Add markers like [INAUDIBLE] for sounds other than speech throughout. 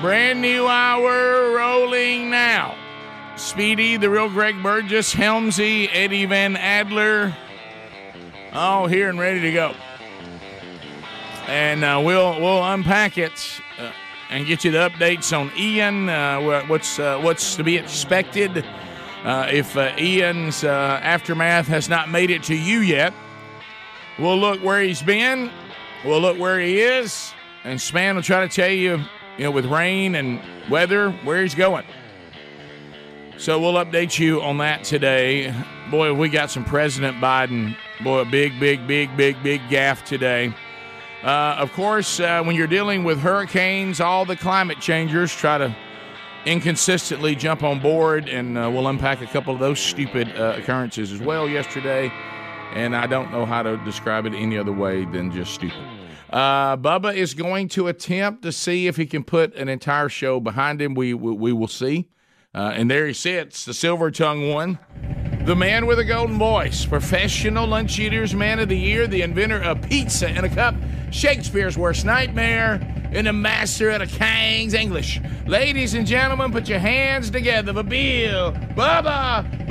Brand new hour rolling now. Speedy, the real Greg Burgess, Helmsy, Eddie Van Adler, all here and ready to go. And uh, we'll we'll unpack it uh, and get you the updates on Ian. Uh, wha- what's uh, what's to be expected uh, if uh, Ian's uh, aftermath has not made it to you yet? We'll look where he's been. We'll look where he is, and Span will try to tell you, you know, with rain and weather, where he's going. So we'll update you on that today. Boy, we got some President Biden. Boy, a big, big, big, big, big gaff today. Uh, of course, uh, when you're dealing with hurricanes, all the climate changers try to inconsistently jump on board, and uh, we'll unpack a couple of those stupid uh, occurrences as well yesterday. And I don't know how to describe it any other way than just stupid. Uh, Bubba is going to attempt to see if he can put an entire show behind him. We we, we will see. Uh, and there he sits, the silver tongue one, the man with a golden voice, professional lunch eaters, man of the year, the inventor of pizza in a cup, Shakespeare's worst nightmare, and the master of the King's English. Ladies and gentlemen, put your hands together for Bill Bubba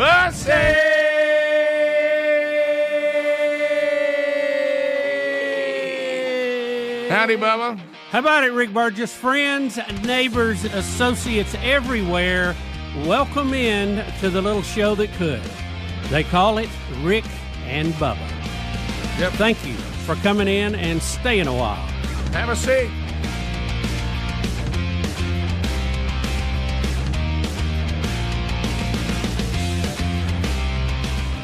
Bussey. Howdy, Bubba. How about it, Rick Burgess? Friends, neighbors, associates everywhere, welcome in to the little show that could. They call it Rick and Bubba. Yep. Thank you for coming in and staying a while. Have a seat.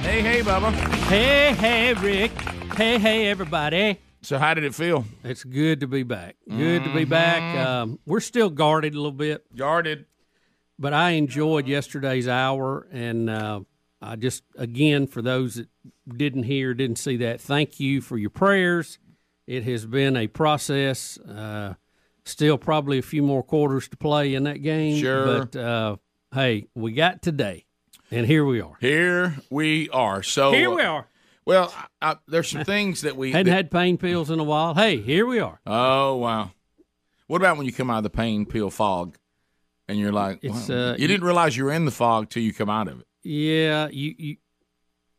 Hey, hey, Bubba. Hey, hey, Rick. Hey, hey, everybody. So, how did it feel? Mm-hmm. It's good to be back. Good to be back. Um, we're still guarded a little bit, Guarded. but I enjoyed yesterday's hour. And uh, I just, again, for those that didn't hear, didn't see that, thank you for your prayers. It has been a process. Uh, still, probably a few more quarters to play in that game. Sure. But uh, hey, we got today, and here we are. Here we are. So Here we are. Well, I, I, there's some things that we. Hadn't that- had pain pills in a while. Hey, here we are. oh wow. What about when you come out of the pain pill fog, and you're like, It's, wow, uh, you didn't realize you were in the fog till you come out of it. Yeah, you you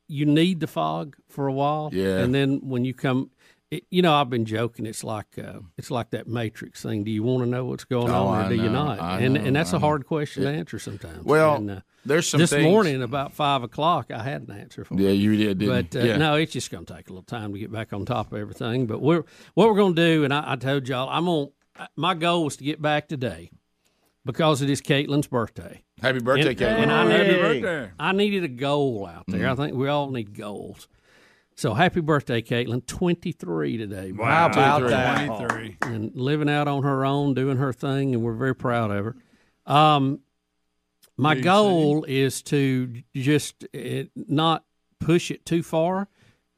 you need the fog for a while. Yeah. and then when you come, it, you know, I've been joking. It's like uh, it's like that Matrix thing. Do you want to know what's going Oh, on, or I do you know, not? I and know, and that's I a hard question to answer sometimes. Well, And, uh, there's some. this things- morning about five o'clock, I had an answer for. it. Yeah, you did. Didn't But uh, you? yeah. no, it's just going to take a little time to get back on top of everything. But we're what we're going to do, and I, I told y'all, I'm on. My goal was to get back today because it is Caitlin's birthday. Happy birthday, Mm. And- Kate. and I Happy needed- birthday. I needed a goal out there. I think we all need goals. So happy birthday, Caitlin. 23 today. How Wow. about three. that? And living out on her own, doing her thing, and we're very proud of her. Um, my goal is to just eh, not push it too far.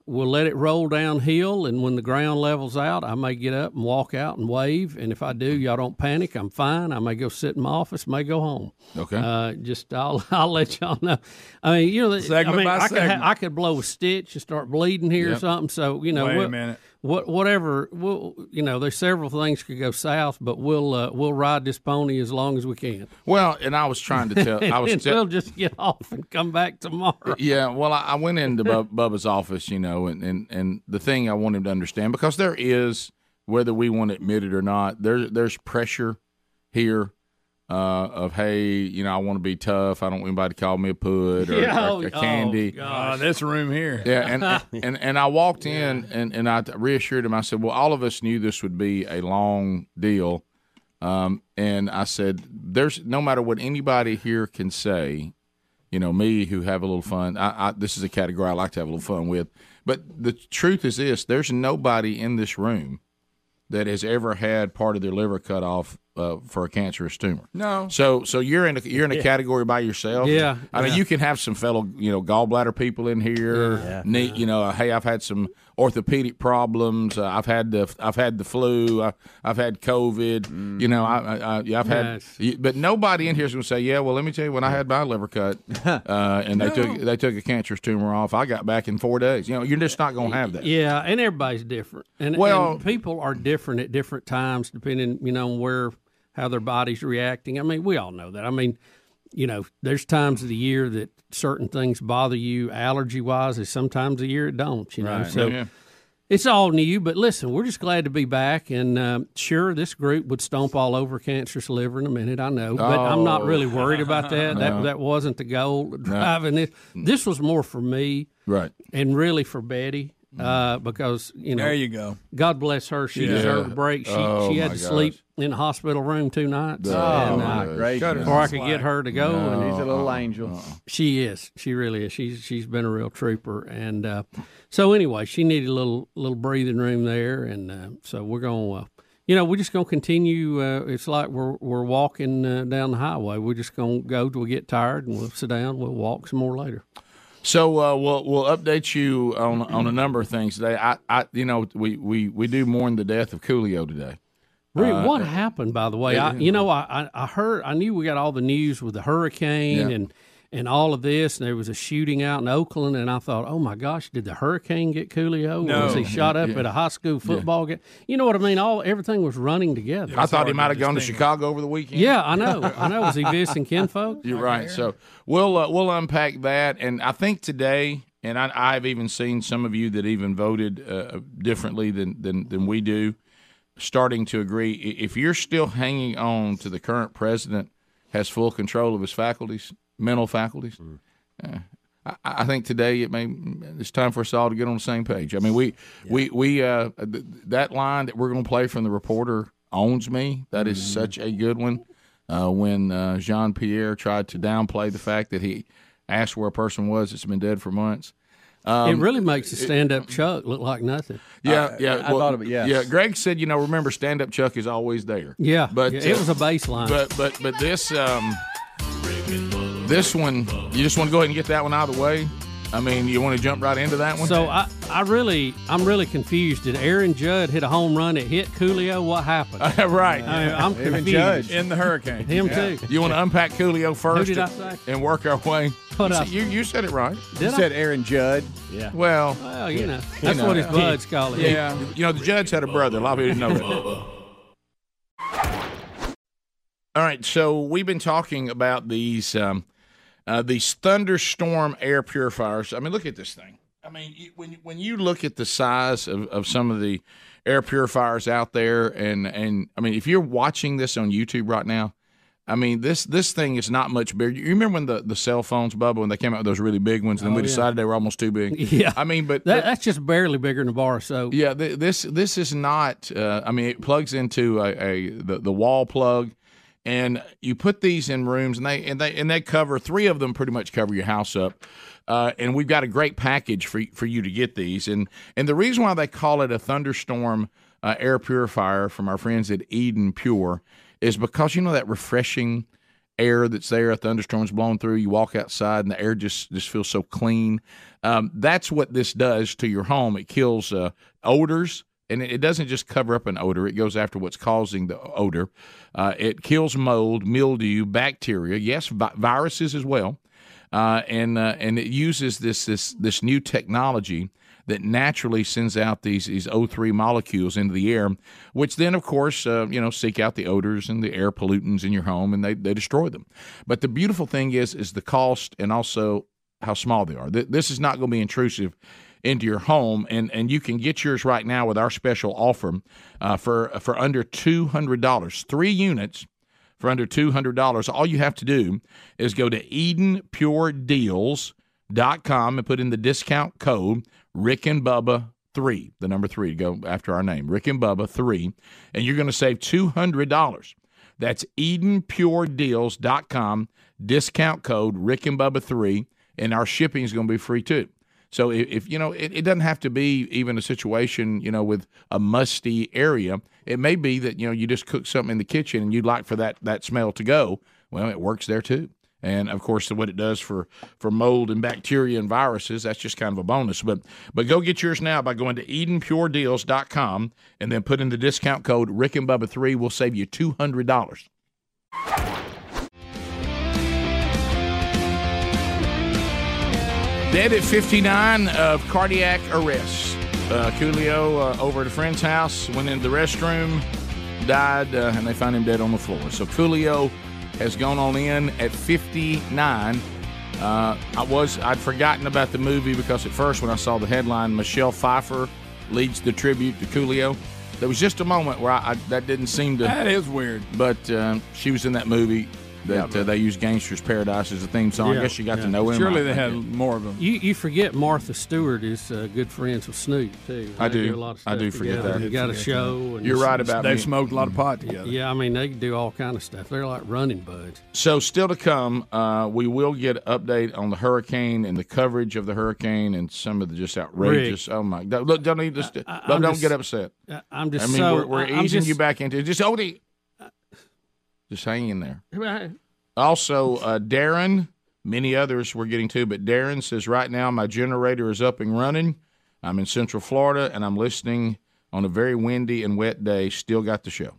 We'll let it roll downhill, and when the ground levels out, I may get up and walk out and wave. And if I do, y'all don't panic. I'm fine. I may go sit in my office, may go home. Okay. Uh, just I'll [LAUGHS] I'll let y'all know. I mean, you know, I Segment mean, by I could ha- segment. I could blow a stitch and start bleeding here or Yep. something. So you know, Wait a we'll- minute. what whatever, we'll, you know, there's several things could go south, but we'll uh, we'll ride this pony as long as we can. Well, and I was trying to tell. I was [LAUGHS] and tell- we'll just get off and come back tomorrow. Yeah, well, I, I went into Bub, Bubba's office, you know, and, and and the thing I want him to understand because there is, whether we want to admit it or not, there there's pressure here uh, of hey, you know, I want to be tough. I don't want anybody to call me a pud or, Yeah, or oh, a candy. gosh. Oh, this room here. [LAUGHS] Yeah, and and and I walked in and and I reassured him. I said, "Well, all of us knew this would be a long deal." Um, and I said, "There's no matter what anybody here can say, you know, me who have a little fun. I, I this is a category I like to have a little fun with. But the truth is this: there's nobody in this room that has ever had part of their liver cut off uh, for a cancerous tumor. No. So so you're in a, you're in a category by yourself. Yeah, I mean, you can have some fellow you know gallbladder people in here. Neat. You know, uh, hey, I've had some orthopedic problems. Uh, I've had the I've had the flu. I, I've had COVID. You know, I, I, I yeah, I've had. Yes. you- But nobody in here is going to say, yeah. Well, let me tell you, when I had my liver cut, uh, and they took they took a cancerous tumor off, I got back in four days. You know, you're just not going to have that. Yeah, and everybody's different. And, Well- and people are different at different times, depending, you know, where how their body's reacting. I mean, we all know that. I mean, you know, there's times of the year that certain things bother you allergy wise, and sometimes a year it don't. You know, so Yeah. it's all new. But listen, we're just glad to be back, and um, sure, this group would stomp all over cancerous liver in a minute. I know, but I'm Oh. not really worried [LAUGHS] about that. That that wasn't the goal. of Driving this, this was more for me Mm. Right. Mm. and really for Betty, uh, because you know, There you go. God bless her, she deserved a break. She Oh, she had my to sleep in a hospital room two nights, and, uh, Gracious. before I could get her to go. And He's a little angel. uh-uh. she is, she really is. She's she's been a real trooper, and uh, so anyway, she needed a little little breathing room there, and uh, so we're gonna. Uh, you know, we're just gonna continue. Uh, it's like we're we're walking uh, down the highway. We're just gonna go till we get tired, and we'll sit down. We'll walk some more later. So uh, we'll we'll update you on on a number of things today. I, I you know we, we, we do mourn the death of Coolio today. Uh, Rick, what happened, by the way? I, you know, I, I I heard, I knew we got all the news with the hurricane Yeah. and and all of this, and there was a shooting out in Oakland, and I thought, oh my gosh, did the hurricane get Coolio? No. Was he shot up at a high school football game? You know what I mean? All everything was running together. I thought he hard might to have gone to distinguish. Chicago over the weekend. yeah, I know, [LAUGHS] I know. Was he visiting kinfolk? you're right. So we'll uh, we'll unpack that, and I think today, and I, I've even seen some of you that even voted uh, differently than than than we do, starting to agree. I- If you're still hanging on to the current president has full control of his faculties, mental faculties. I I think today it may it's time for us all to get on the same page. I mean, we we we uh, th- that line that we're going to play from the reporter owns me. That is Mm-hmm. such a good one. Uh, when uh, Jean Pierre tried to downplay the fact that he asked where a person was that's been dead for months. Um, it really makes the stand-up Chuck look like nothing. Yeah, yeah. I thought of it, yes. Yeah, Greg said, you know, remember, stand up Chuck is always there. Yeah, but yeah, uh, it was a baseline. but but but this um, this one, you just want to go ahead and get that one out of the way. I mean, you want to jump right into that one. So I, I really, I'm really confused. Did Aaron Judd hit a home run? It hit Coolio. What happened? [LAUGHS] I, right. I'm confused. Even Judge. In the hurricane. Him too. you want to unpack Coolio first did I and- say? and work our way. What you, I said- you, you said it right. You Did said I? Aaron Judd. Well, Well, you know, that's what his buds call it. Yeah. you know, the judge had a brother. A lot of people didn't know that. All right, so we've been talking about these um, uh, these thunderstorm air purifiers. I mean, look at this thing. I mean, you, when when you look at the size of, of some of the air purifiers out there, and and I mean, if you're watching this on YouTube right now, I mean this this thing is not much bigger. You remember when the, the cell phones bubble when they came out with those really big ones, and then we decided they were almost too big. [LAUGHS] Yeah. I mean, but That, that's just barely bigger than a bar of soap. yeah, th- this this is not. Uh, I mean, it plugs into a, a the, the wall plug, and you put these in rooms, and they and they and they cover three of them pretty much cover your house up. Uh, and we've got a great package for for you to get these, and and the reason why they call it a thunderstorm uh, air purifier from our friends at Eden Pure is because you know that refreshing air that's there, a thunderstorm's blowing through, you walk outside and the air just just feels so clean. Um, that's what this does to your home. It kills uh, odors. And it it doesn't just cover up an odor. It goes after what's causing the odor. Uh, it kills mold, mildew, bacteria, yes, vi- viruses as well. Uh, and uh, and it uses this this this new technology that naturally sends out these these O3 molecules into the air, which then, of course, uh, you know, seek out the odors and the air pollutants in your home, and they, they destroy them. But the beautiful thing is is the cost and also how small they are. Th- This is not going to be intrusive into your home, and, and you can get yours right now with our special offer uh, for for under two hundred dollars, three units for under $200. All you have to do is go to EdenPureDeals.com and put in the discount code Rick and Bubba. Three, the number three, go after our name, Rick and Bubba three, and you're going to save two hundred dollars. That's EdenPureDeals.com, discount code Rick and Bubba three, and our shipping is going to be free too. So if, if you know, it, it doesn't have to be even a situation you know with a musty area. It may be that you know you just cook something in the kitchen and you'd like for that that smell to go. Well, it works there too. And of course, what it does for, for mold and bacteria and viruses, that's just kind of a bonus. But but go get yours now by going to EdenPureDeals.com and then put in the discount code Rick and Bubba three. We'll save you two hundred dollars. Dead at 59 of cardiac arrest. Uh, Coolio uh, over at a friend's house, went into the restroom, died, uh, and they found him dead on the floor. So Coolio has gone on in at 59. Uh, I was I'd forgotten about the movie because at first when I saw the headline, Michelle Pfeiffer leads the tribute to Coolio. There was just a moment where I, I that didn't seem to That is weird. but um, she was in that movie that uh, they used "Gangster's Paradise" as a theme song. I Yeah, guess you got yeah. to know him. Surely I they had think. more of them. You, you forget Martha Stewart is uh, good friends with Snoop too. I They do. a lot of I stuff do forget together. that. You got a show. And Mm-hmm. You're right about They've me. smoked a lot of pot together. Yeah, I mean they do all kind of stuff. They're like running buds. So, still to come, uh, we will get an update on the hurricane and the coverage of the hurricane and some of the just outrageous. Oh my! God. Look, don't need this. I- don't I'm don't just- get upset. I- I'm I just mean, so we're, we're I- I'm easing just, you back into it. Just hold it. Just hang in there. back. Also, uh, Darren, many others we're getting to, but Darren says right now my generator is up and running. I'm in Central Florida and I'm listening on a very windy and wet day. Still got the show.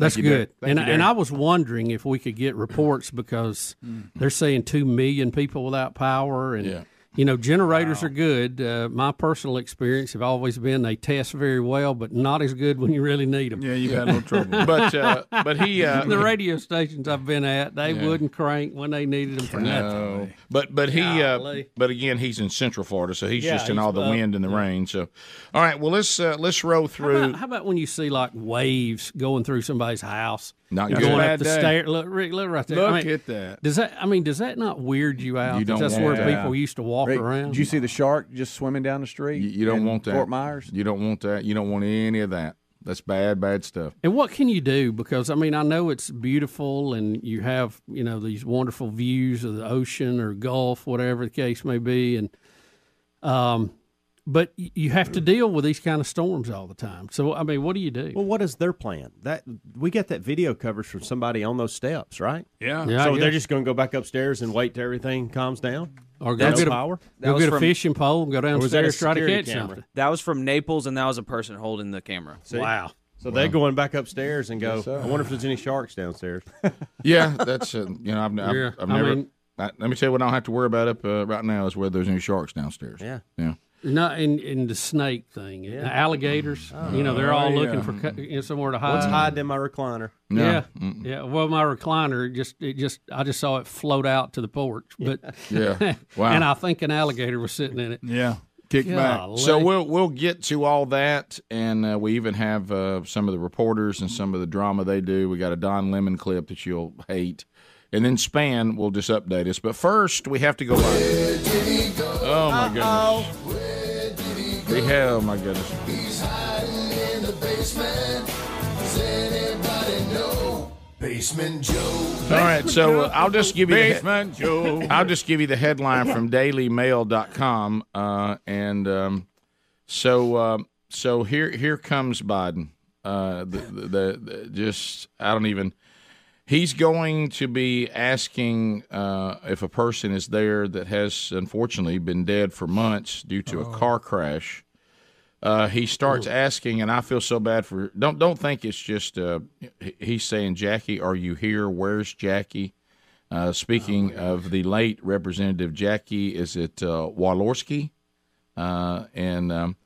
That's you, Darren. good. Thank And you, and Darren. I was wondering if we could get reports because they're saying two million people without power and. Mm. Yeah. You know, generators are good. Uh, my personal experience have always been they test very well, but not as good when you really need them. Yeah, you've had a little trouble. But uh, but [LAUGHS] he uh, The radio stations I've been at, they wouldn't crank when they needed them for nothing. No. But but he uh, Golly. but again he's in Central Florida, so he's Yeah, just in he's all the up. wind and the rain. So, all right, well let's uh, let's roll How through. about, how about when you see like waves going through somebody's house? Not You're good. Going Bad up the day. stair. Look, Rick, look right there. Look I mean, at that. does that? I mean, does that not weird you out? You that don't that's want where that. people used to walk Rick, around. Did you see the shark just swimming down the street? You, you don't in want that. Fort Myers. You don't want that. You don't want any of that. That's bad bad stuff. and what can you do? Because I mean, I know it's beautiful, and you have you know these wonderful views of the ocean or Gulf, whatever the case may be, and um, but y- you have to deal with these kind of storms all the time. So I mean, what do you do? Well, what is their plan? That we got that video coverage from somebody on those steps, right? Yeah. Yeah, I so they're guess. just going to go back upstairs and wait till everything calms down. or go That's get a, power. go was get a from- fishing pole and go was that a downstairs try to security catch camera? something. That was from Naples, and that was a person holding the camera. Wow. So they're going back upstairs and go. Yes, sir. I wonder if there's any [LAUGHS] sharks downstairs. Yeah, that's uh, you know I've, I've, Yeah, I've I never. mean- I- let me tell you what I don't have to worry about up uh, right now is whether there's any sharks downstairs. Yeah. yeah. No, in in the snake thing, the alligators. you know, they're all yeah. looking for co- you know, somewhere to hide. Let's hide in my recliner. No. Yeah, yeah. Well, my recliner just it just I just saw it float out to the porch, but Yeah. Wow. and I think an alligator was sitting in it. Yeah. Kick back. Golly. So we'll we'll get to all that, and uh, we even have uh, some of the reporters and some of the drama they do. We got a Don Lemon clip that you'll hate, and then Span will just update us. But first, we have to go live. Oh my goodness! We have, oh my goodness! Basement Joe. All right, so uh, I'll just give you the he- Basement Joe. I'll just give you the headline from DailyMail.com, uh, and um, so um so here here comes Biden. Uh, the, the, the, the just I don't even. He's going to be asking uh, if a person is there that has unfortunately been dead for months due to Oh. a car crash. Uh, he starts asking, and I feel so bad for. Don't don't think it's just. Uh, he- he's saying, "Jackie, are you here? Where's Jackie?" Uh, speaking of the late Representative Jackie, is it uh, Walorski? Uh, and um,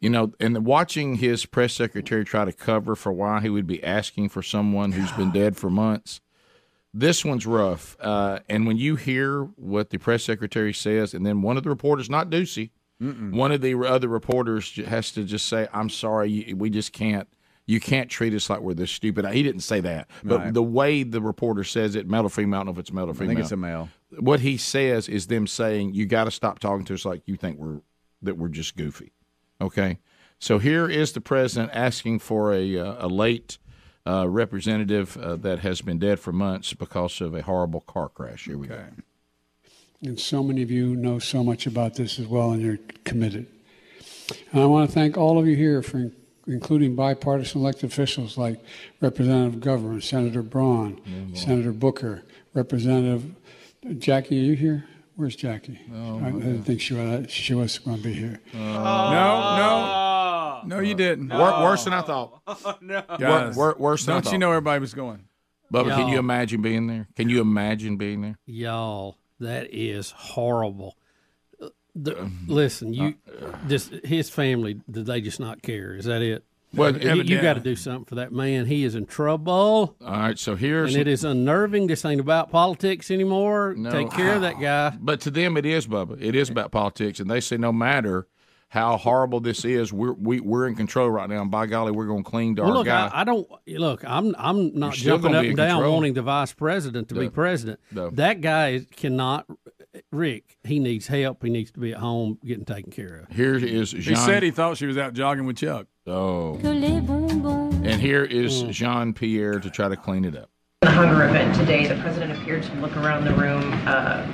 you know, and watching his press secretary try to cover for why he would be asking for someone who's been dead for months. This one's rough. Uh, and when you hear what the press secretary says, and then one of the reporters, not Ducey, Mm. one of the other reporters j- has to just say, "I'm sorry, you- we just can't. You can't treat us like we're this stupid." He didn't say that, but the way the reporter says it, male or female, I don't know if it's male or I female think it's a male. what he says is them saying you got to stop talking to us like you think we're that we're just goofy okay so here is the president asking for a uh, a late uh, representative uh, that has been dead for months because of a horrible car crash here we go And so many of you know so much about this as well, and you're committed. And I want to thank all of you here for in- including bipartisan elected officials like Representative Governor, Senator Braun, Senator Booker, Representative Jackie. Are you here? Where's Jackie? I didn't think she was, she was going to be here. No, Oh. no, no, you didn't. Wor- worse than I [LAUGHS] thought. Wor- Guys, wor- worse than I don't thought. you know everybody was going? Bubba, can you Y'all. imagine being there? Can you imagine being there? Y'all, that is horrible. Uh, The, listen, you just his family. Did they just not care? Is that it? Well, You, evidently- got to do something for that man. He is in trouble, All right, so here's. and it is unnerving. This ain't about politics anymore. Take care of that guy. [SIGHS] But to them, it is, Bubba. It is about politics, and they say no matter how horrible this is, we're we, we're in control right now. And by golly, we're going to cling to Well, our look, guy. I, I don't look. I'm I'm not still jumping gonna up be in and down control. wanting the vice president to be president. No. That guy is- cannot. Rick, he needs help. He needs to be at home getting taken care of. here is Jean. He said he thought she was out jogging with Chuck. oh. And here is Mm. Jean Pierre to try to clean it up. the hunger event today, the president appeared to look around the room uh,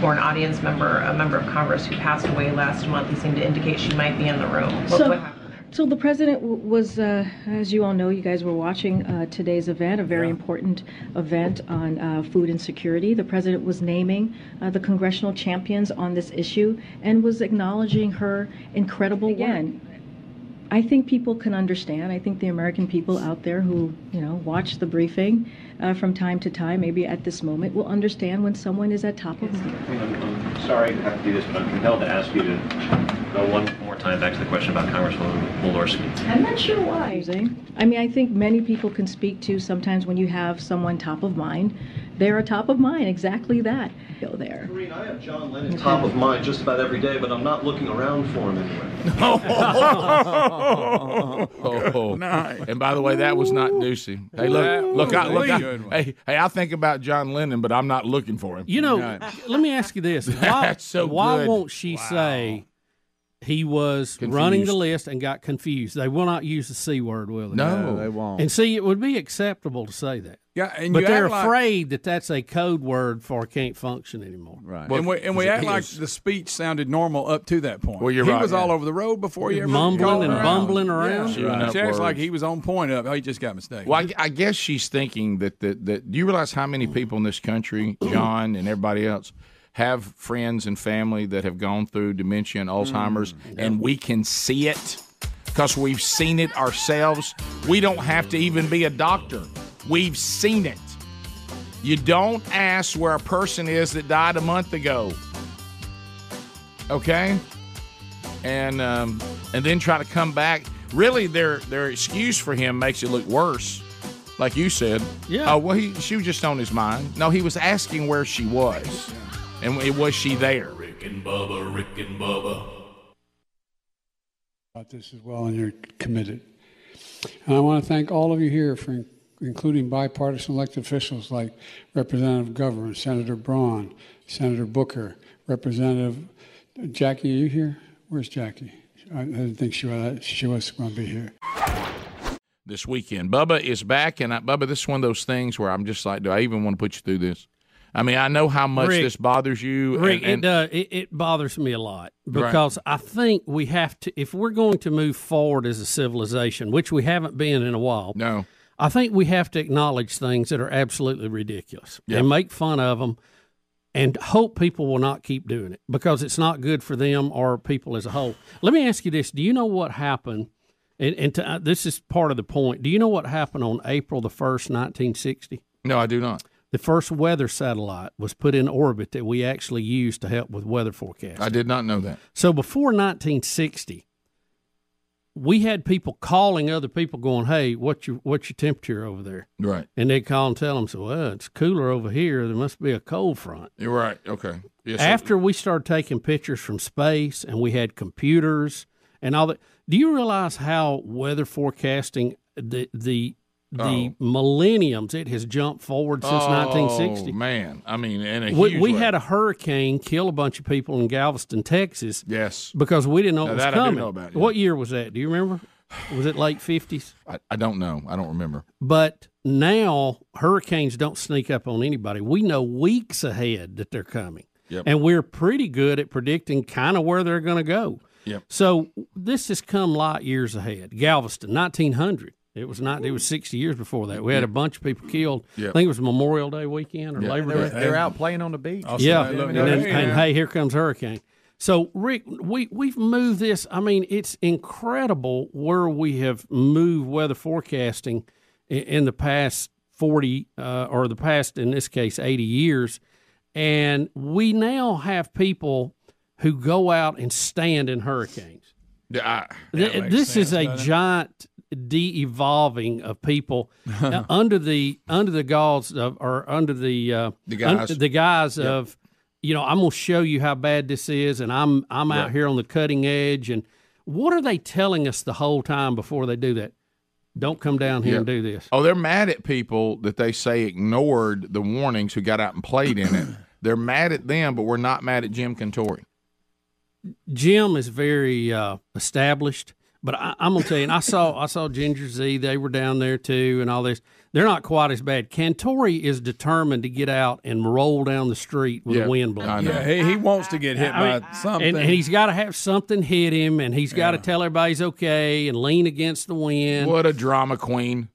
for an audience member, a member of Congress who passed away last month. He seemed to indicate she might be in the room. What, So- what happened there? So the president w- was, uh, as you all know, you guys were watching uh, today's event, a very important event on uh, food insecurity. The president was naming uh, the congressional champions on this issue and was acknowledging her incredible Again, I think people can understand. I think the American people out there who you know watch the briefing uh, from time to time, maybe at this moment, will understand when someone is at top of mind. I'm sorry I have to do this, but I'm compelled to ask you to go one more time back to the question about Congresswoman Walorski. I'm not sure why. I mean, I think many people can speak to sometimes when you have someone top of mind, they're a top of mind, exactly that. Go there. Green, I have John Lennon top of mind just about every day, but I'm not looking around for him [LAUGHS] anywhere. Oh, night. and by the way, that was not Ducey. Hey, look, That look, I, was look, a I, good one. hey, hey, I think about John Lennon, but I'm not looking for him. You know, Right. let me ask [LAUGHS] you this: Why, That's so why good. won't she say he was running the Confused. list and got confused? They will not use the c word, will they? No, they won't. And see, it would be acceptable to say that, Yeah, and but you they're act like- afraid that that's a code word for can't function anymore. Right. and we, and we It act like is. the speech sounded normal up to that point. Well, you're he right, was all yeah. over the road before you ever Mumbling called and her out. bumbling around. Yeah. She went She up acts like words. he was on point up. Oh, he just got mistaken. Well, I, I guess she's thinking that the, that do you realize how many people in this country, John and everybody else, have friends and family that have gone through dementia and Alzheimer's, and we can see it because we've seen it ourselves. We don't have to even be a doctor; we've seen it. You don't ask where a person is that died a month ago, okay? And um, and then try to come back. Really, their their excuse for him makes it look worse, like you said. Yeah. Oh well, he, she was just on his mind. No, he was asking where she was, and it was she there? Rick and Bubba, Rick and Bubba. about this as well, and you're committed. And I want to thank all of you here for in- including bipartisan elected officials like Representative Governor, Senator Braun, Senator Booker, Representative Jackie. Are you here? Where's Jackie? I I didn't think she was, she was going to be here. This weekend, Bubba is back, and I, Bubba, this is one of those things where I'm just like, do I even want to put you through this? I mean, I know how much Rick. this bothers you. Rick, and, and- it, uh, it it bothers me a lot because I think we have to, if we're going to move forward as a civilization, which we haven't been in a while. no, I think we have to acknowledge things that are absolutely ridiculous Yeah. and make fun of them and hope people will not keep doing it because it's not good for them or people as a whole. Let me ask you this Do you know what happened? And, and to, uh, this is part of the point. Do you know what happened on April the 1st, 1960? no, I do not. The first weather satellite was put in orbit that we actually used to help with weather forecasting. I did not know that. So before 1960, we had people calling other people going, "Hey, what's your what's your temperature over there?" Right. And they call and tell them, "So well, it's cooler over here. There must be a cold front." You're right. Okay. Yes. sir. After we started taking pictures from space and we had computers and all that, do you realize how weather forecasting the the the millenniums it has jumped forward since oh, 1960? man. I mean, and a We, huge we way. had a hurricane kill a bunch of people in Galveston, Texas yes. because we didn't know Now, it was that I do coming. know about, yeah. What year was that? Do you remember? Was it late fifties? I, I don't know. I don't remember. But now hurricanes don't sneak up on anybody. We know weeks ahead that they're coming. Yep. And we're pretty good at predicting kind of where they're going to go. Yep. So this has come light years ahead. Galveston, 1900. It was not. It was 60 years before that. We had a bunch of people killed. Yep. I think it was Memorial Day weekend or Yeah. Labor They were- Day. they were out playing on the beach. Also, Yeah. they looked And, then- good. and hey, here comes hurricane. So Rick, we we've moved this. I mean, it's incredible where we have moved weather forecasting in, in the past 40 uh, or the past in this case 80 years, and we now have people who go out and stand in hurricanes. Yeah, I- Th- that makes this sense, is a doesn't it? giant de-evolving of [LAUGHS] people uh, under the under the gauze of or under the uh, The guise. un- the guise Yep. of you know I'm going to show you how bad this is, and I'm I'm out Right. here on the cutting edge. And what are they telling us the whole time before they do that? Don't come down here and Yeah. do this. Oh, they're mad at people that they say ignored the warnings who got out and played in [CLEARS THROAT] it. They're mad at them, but we're not mad at Jim Cantori. Jim is very uh, established, but I, I'm gonna tell you, and I saw I saw Ginger Z. They were down there too, and all this. They're not quite as bad. Cantori is determined to get out and roll down the street with Yeah, a wind blowing. I know. Yeah, he- he wants to get hit by something. and, and he's got to have something hit him, and he's got to tell everybody he's okay and lean against the wind. What a drama queen!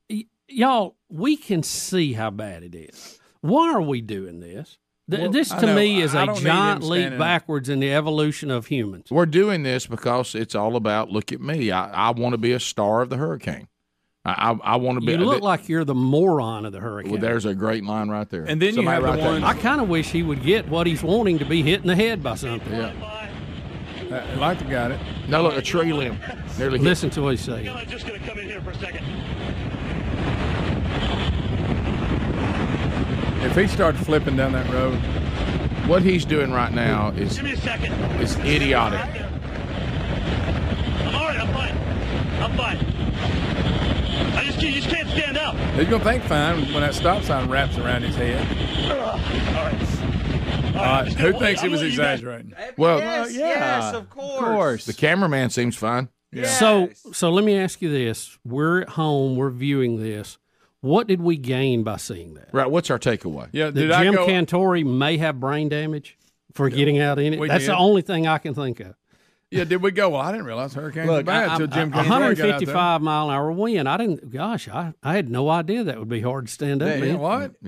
y'all, we can see how bad it is. Why are we doing this? Th- Well, this I to know. me is I a don't need him giant leap standing- backwards in the evolution of humans. We're doing this because it's all about look at me. I, I want to be a star of the hurricane. I I, I want to be. You look like you're the moron of the hurricane. well, there's a great line right there. And then you Somebody have the write that I kind of wish he would get what he's wanting to be hit in the head by something. Yeah. I like the Uh, got it. No, look, a tree limb. Nearly Listen to what he's saying. I'm just going to come in here for a second. If he started flipping down that road, what he's doing right now is Give me a second. is idiotic. I'm all right. I'm fine. I'm fine. I just, you just can't stand up. he's gonna think fine when that stop sign wraps around his head. Ugh. All right. Uh, who thinks he I'm was letting you guys- exaggerating? Well, uh, Yes, yes, of course. Of course. The cameraman seems fine. So, so let me ask you this: We're at home. We're viewing this. What did we gain by seeing that? Right. What's our takeaway? Yeah. That Jim Cantori may have brain damage for getting out in it. We That's did. the only thing I can think of. Yeah, did we go? Well, I didn't realize hurricanes were bad I- until I- Jim. Cantor got out there. 155 mile an hour wind. I didn't. Gosh, I, I had no idea that would be hard to stand up. They-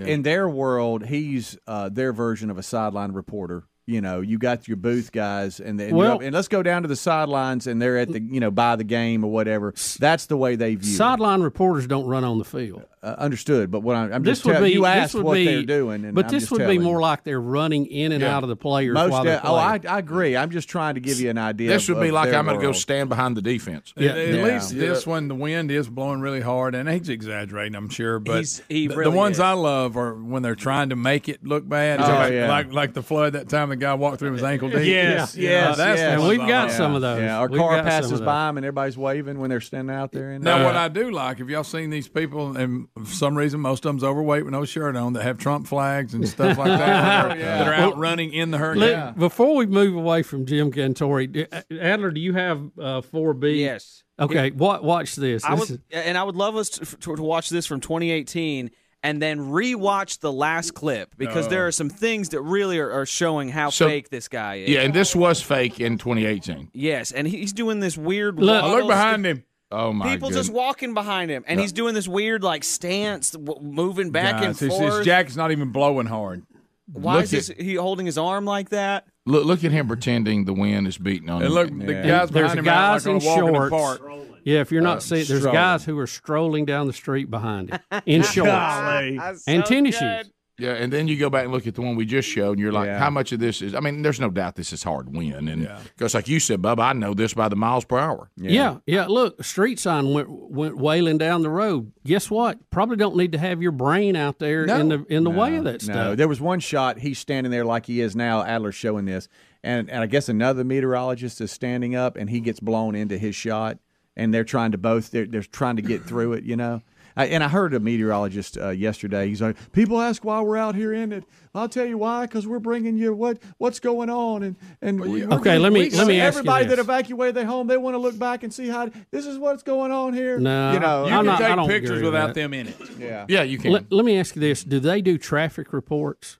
in. In their world, he's uh, their version of a sideline reporter. You know, you got your booth guys, and, the, and, Well- and let's go down to the sidelines, and they're at the you know by the game or whatever. That's the way they view. it. Sideline reporters don't run on the field. Uh, understood, but what I'm, I'm this just would tell- be you this asked would what be- they're doing, and but I'm this just would be telling more like they're running in and Yeah. out of the players Most while they're de- oh, I, playing. I agree. I'm just trying to give you an idea. This would of- be of like their I'm going to go world. stand behind the defense. At- At least this one, the wind is blowing really hard, and he's exaggerating, I'm sure. But He's- he the, really the ones is. I love are when they're trying to make it look bad. Oh, like, yeah. like like the flood that time the guy walked through his ankle deep. Yes, You know, yes, that's the yes. ones I like. Yeah, our car passes by them and everybody's waving when they're standing out there. In Now, there. what I do like, if y'all seen these people, and for some reason most of them's overweight with no shirt on, that have Trump flags and stuff [LAUGHS] like that, that, are, that are out Well, running in the hurricane. Let- Before we move away from Jim Cantori, d- uh, Adler, do you have uh, 4B? Yes. Okay, wa- watch this. I This would, is- and I would love us to, to, to watch this from 2018 and then rewatch the last clip because Oh. there are some things that really are, are showing how So- fake this guy is. Yeah, and this was fake in 2018. Yes, and he's doing this weird. Look- waddle Look behind st- him. Oh my! People goodness. just walking behind him, and Yeah. he's doing this weird like stance, w- moving back Guys, and his, forth. his jacket's not even blowing hard. Why Look is this, at- he holding his arm like that? look, look at him pretending the wind is beating on And him. look, the Yeah. guys there's behind him out guys like on in a walk in the shorts. park. Yeah, if you're not Uh, seeing, there's strolling. guys who are strolling down the street behind him in shorts Golly. and tennis shoes. Yeah, and then you go back and look at the one we just showed, and you're like, how much of this is? I mean, there's no doubt this is hard wind, and because like you said, Bubba, I know this by the miles per hour. Yeah. yeah, Look, a street sign went went wailing down the road. Guess what? Probably don't need to have your brain out there in the in the way of that No, stuff. there was one shot. He's standing there like he is now. Adler's showing this, and and I guess another meteorologist is standing up, and he gets blown into his shot, and they're trying to both they're they're trying to get through it, you know. I, and I heard a meteorologist uh, yesterday. He's like, "People ask why we're out here in it. I'll tell you why, because we're bringing you what what's going on." And and we- we're Okay, gonna- let we- me- let me ask you everybody this. that evacuated their home, they want to look back and see how this is what's going on here. No, you know, I'm not- I don't agree with that. them in it. Yeah, yeah, you Let, let me ask you this: Do they do traffic reports?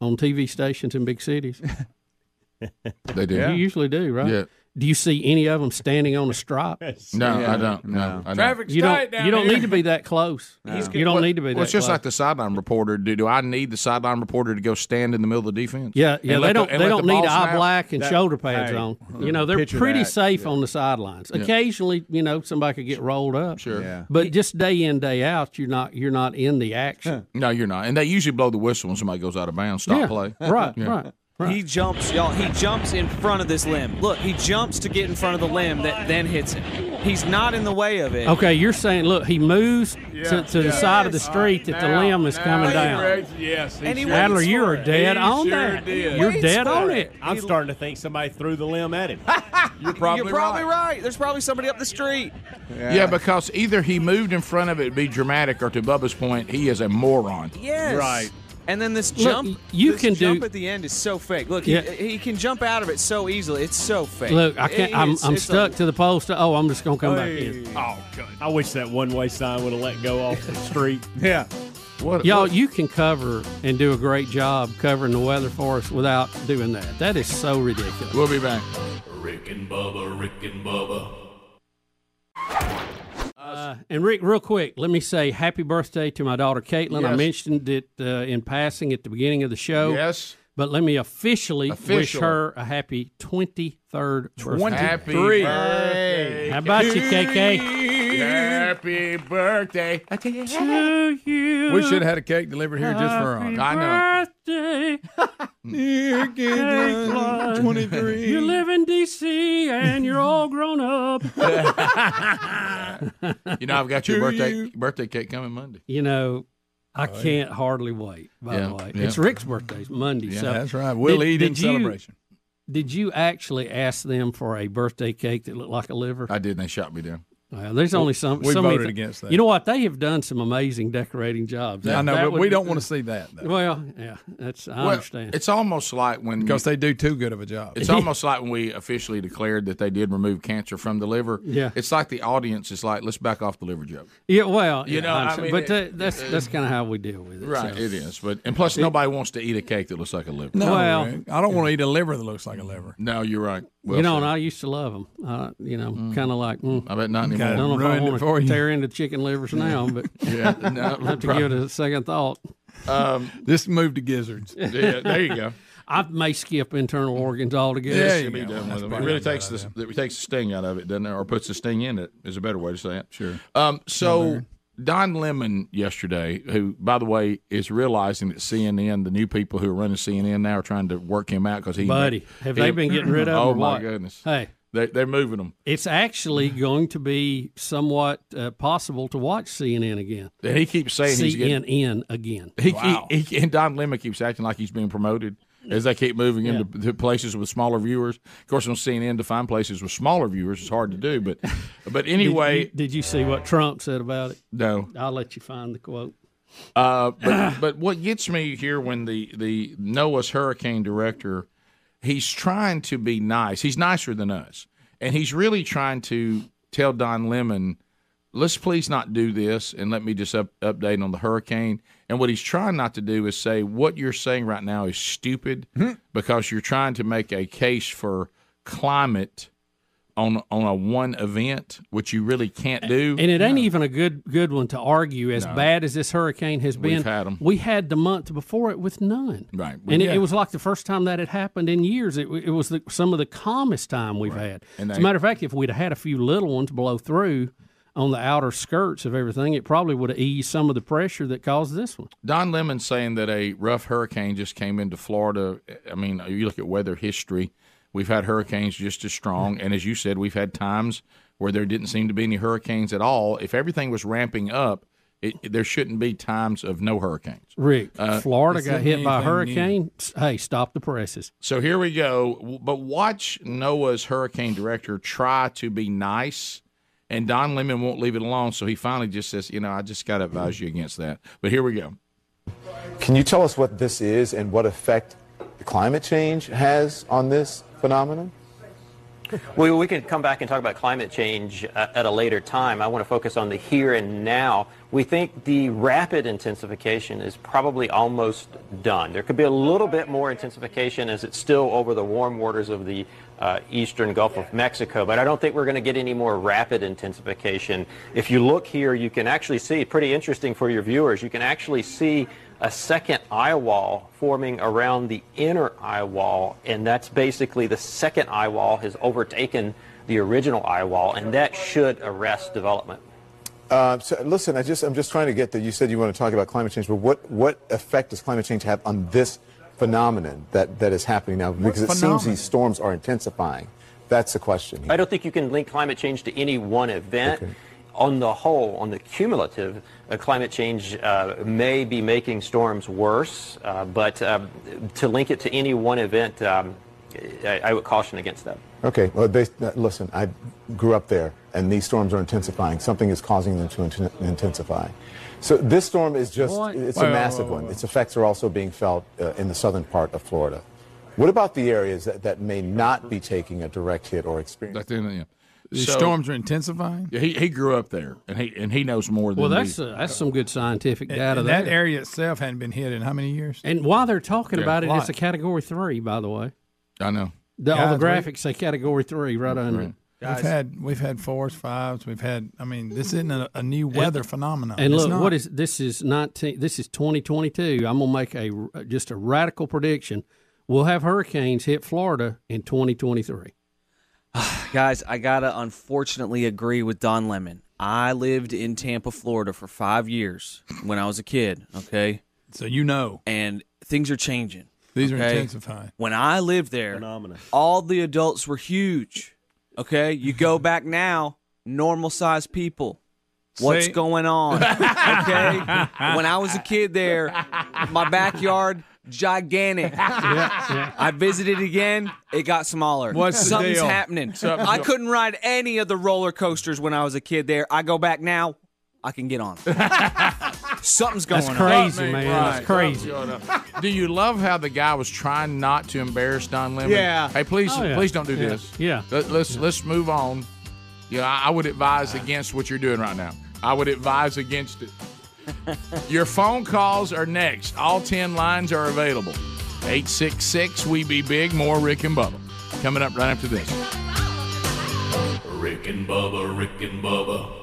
on TV stations in [LAUGHS] big cities. They do. You usually do, right? Yeah. Do you see any of them standing on [LAUGHS] a stripe? No, I don't. No, I don't. you don't, You don't need to be that close. You don't need to be that Well, it's just close. like the sideline reporter. Do, do I need the sideline reporter to go stand in the middle of the defense? Yeah, And yeah. They let the- don't. and they let don't the need ball eye snap? black and shoulder pads hey, on. You know, they're picture pretty that. safe on the sidelines. Yeah. Occasionally, you know, somebody could get rolled up. Sure. Yeah. But just day in day out, you're not you're not in the action. No, you're not. And they usually blow the whistle when somebody goes out of bounds. Stop Yeah, play. [LAUGHS] right, Yeah. right. He jumps, y'all. He jumps in front of this limb. Look, he jumps to get in front of the limb that then hits him. He's not in the way of it. Okay, you're saying look, he moves to, to the yes. side of the All street that the limb is coming down. Yes, And he sure Adler, did. you are dead He on sure that. did. You're Waits dead for on it. it. I'm He- starting to think somebody threw the limb at him. You're probably, You're probably right. There's probably somebody up the street. Yeah. because either he moved in front of it to be dramatic, or to Bubba's point, he is a moron. Yes. Right. And then this Look, jump, you this can do- jump at the end is so fake. Look, Yeah. he, he can jump out of it so easily. It's so fake. Look, I can't. It- I'm, it's- I'm it's a- stuck to the post. Oh, I'm just gonna come back in. Oh, God. I wish that one way sign would have let go off the [LAUGHS] street. Yeah. What, Y'all, what- you can cover and do a great job covering the weather for us without doing that. That is so ridiculous. We'll be back. Rick and Bubba, Rick and Bubba. Uh, and Rick, real quick, let me say happy birthday to my daughter Caitlin. I Yes. mentioned it uh, in passing at the beginning of the show. Yes. But let me officially wish Official. her a happy 23rd birthday. Happy birthday. How about you, to KK? you. Happy birthday. To you. We should have had a cake delivered here just for her. honor. [LAUGHS] Birthday. Dear Caitlin, 23. You live in D.C. and you're all grown up. You know, I've got your birthday birthday cake coming Monday. You know, I Oh, yeah. can't hardly wait. By Yeah, the way, yeah. it's Rick's birthday it's Monday. Yeah, so that's right. We'll eat in you- celebration. Did you actually ask them for a birthday cake that looked like a liver? I did, and they shot me down. Well, there's only some. We so many voted thi- against that. You know what? They have done some amazing decorating jobs. Yeah, I know, but we don't wanna see that, Well, yeah, that's I Well, understand. It's almost like when Because they do too good of a job. It's almost like when we officially declared that they did remove cancer from the liver. Yeah. It's like the audience is like, let's back off the liver joke. [LAUGHS] Yeah, well, You yeah, know, I I understand. mean, but it- that, that's that's kind of how we deal with it. Right, so. it is. But and plus, nobody wants to eat a cake that looks like a liver. No, Well- Rick. I don't want to eat a liver that looks like a liver. No, you're right. you know, and I used to love them. Uh, you know, kind of like mm, I bet not anymore. I don't know if I Ruined it for want you. to tear into chicken livers now, but [LAUGHS] [LAUGHS] Yeah, no, I'll have to probably. give it a second thought. [LAUGHS] Um, this moved to gizzards. [LAUGHS] Yeah, there you go. I may skip internal organs altogether. Yeah, you be done with them. It really takes the it takes the sting out of it, doesn't it? Or puts the sting in it is a better way to say it. Sure. Um, so Don Lemon yesterday, who by the way is realizing that CNN, the new people who are running CNN now, are trying to work him out because he. Buddy, have they been [CLEARS THROAT] getting rid of him Oh or my what? goodness! Hey. they, they're moving him. It's actually going to be somewhat uh, possible to watch CNN again. He keeps saying CNN he's getting- again. He, he, he and Don Lemon keeps acting like he's being promoted as they keep moving him to, to places with smaller viewers. Of course, on CNN to find places with smaller viewers is hard to do, but but anyway, did, you- did you see what Trump said about it? No. I'll let you find the quote. Uh, [CLEARS THROAT] but but what gets me here when the the NOAA's hurricane director, he's trying to be nice. He's nicer than us, and he's really trying to tell Don Lemon, let's please not do this, and let me just up, update on the hurricane. And what he's trying not to do is say what you're saying right now is stupid because you're trying to make a case for climate. On, on a one event, which you really can't do, And it ain't even a good good one to argue. As No. bad as this hurricane has been, We've had 'em. we had the month before it with none. right? and it, Yeah. it was like the first time that had happened in years. It, it was the, some of the calmest time we've had. And As they- a matter of fact, if we'd had a few little ones blow through on the outer skirts of everything, it probably would have eased some of the pressure that caused this one. Don Lemon saying that a rough hurricane just came into Florida. I mean, you look at weather history, we've had hurricanes just as strong. And as you said, we've had times where there didn't seem to be any hurricanes at all. If everything was ramping up, it, there shouldn't be times of no hurricanes. Rick, Uh, Florida Is got there hit by a anything new? hurricane. S- Hey, stop the presses. So here we go. W- But watch NOAA's hurricane director try to be nice, and Don Lemon won't leave it alone. So he finally just says, you know, I just got to advise you against that. But here we go. Can you tell us what this is and what effect climate change has on this phenomenon? We, we can come back and talk about climate change uh, at a later time. I want to focus on the here and now. We think the rapid intensification is probably almost done. There could be a little bit more intensification as it's still over the warm waters of the uh, eastern Gulf of Mexico, but I don't think we're going to get any more rapid intensification. If you look here, you can actually see, pretty interesting for your viewers, you can actually see a second eye wall forming around the inner eye wall, and that's basically the second eye wall has overtaken the original eye wall, and that should arrest development. Uh, so, listen, I just, I'm just trying to get that. You said you want to talk about climate change, but what, what effect does climate change have on this phenomenon that, that is happening now? Because it seems phenomenon? these storms are intensifying. That's the question. I don't think you can link climate change to any one event. On the whole, on the cumulative, uh, climate change uh, may be making storms worse, uh, but uh, to link it to any one event, um, I, I would caution against that. Okay, well, they, uh, listen, I grew up there, and these storms are intensifying. Something is causing them to inten- intensify. So this storm is just, What? it's Wait, a wait, massive wait, wait, one. Its effects are also being felt uh, in the southern part of Florida. What about the areas that, that may not be taking a direct hit or experiencing? The storms are intensifying. He, he grew up there, and he and he knows more than Well, that's we- uh, that's some good scientific And- data. and there. that area itself hadn't been hit in how many years? And while they're talking Yeah, about it, a it's lot. a Category Three, by the way. I know. The, all the Guys, graphics say Category Three right under. it. We've had we've had fours, fives. We've had. I mean, this isn't a, a new And- weather phenomenon. And It's look, not. what is this is nineteen? This is twenty twenty two. I'm gonna make a r- just a radical prediction. We'll have hurricanes hit Florida in twenty twenty three. Guys, I gotta unfortunately agree with Don Lemon. I lived in Tampa, Florida for five years when I was a kid, okay? So you know. And things are changing. These are okay? intensifying. When I lived there, all the adults were huge. Okay? You go back now, normal sized people. What's See? going on? Okay? when I was a kid there, my backyard gigantic. I visited again, it got smaller. What's the Something's deal? happening. Something's I go- couldn't ride any of the roller coasters when I was a kid there. I go back now, I can [LAUGHS] get on. Something's going on. do you love how the guy was trying not to embarrass Don Lemon? Yeah. Hey, please, Oh, yeah. please don't do Yeah. this. Yeah. Let, let's let's move on. Yeah, I, I would advise against what you're doing right now. I would advise against it. Your phone calls are next. All 10 lines are available. 866 We Be Big, more Rick and Bubba. Coming up right after this. Rick and Bubba, Rick and Bubba,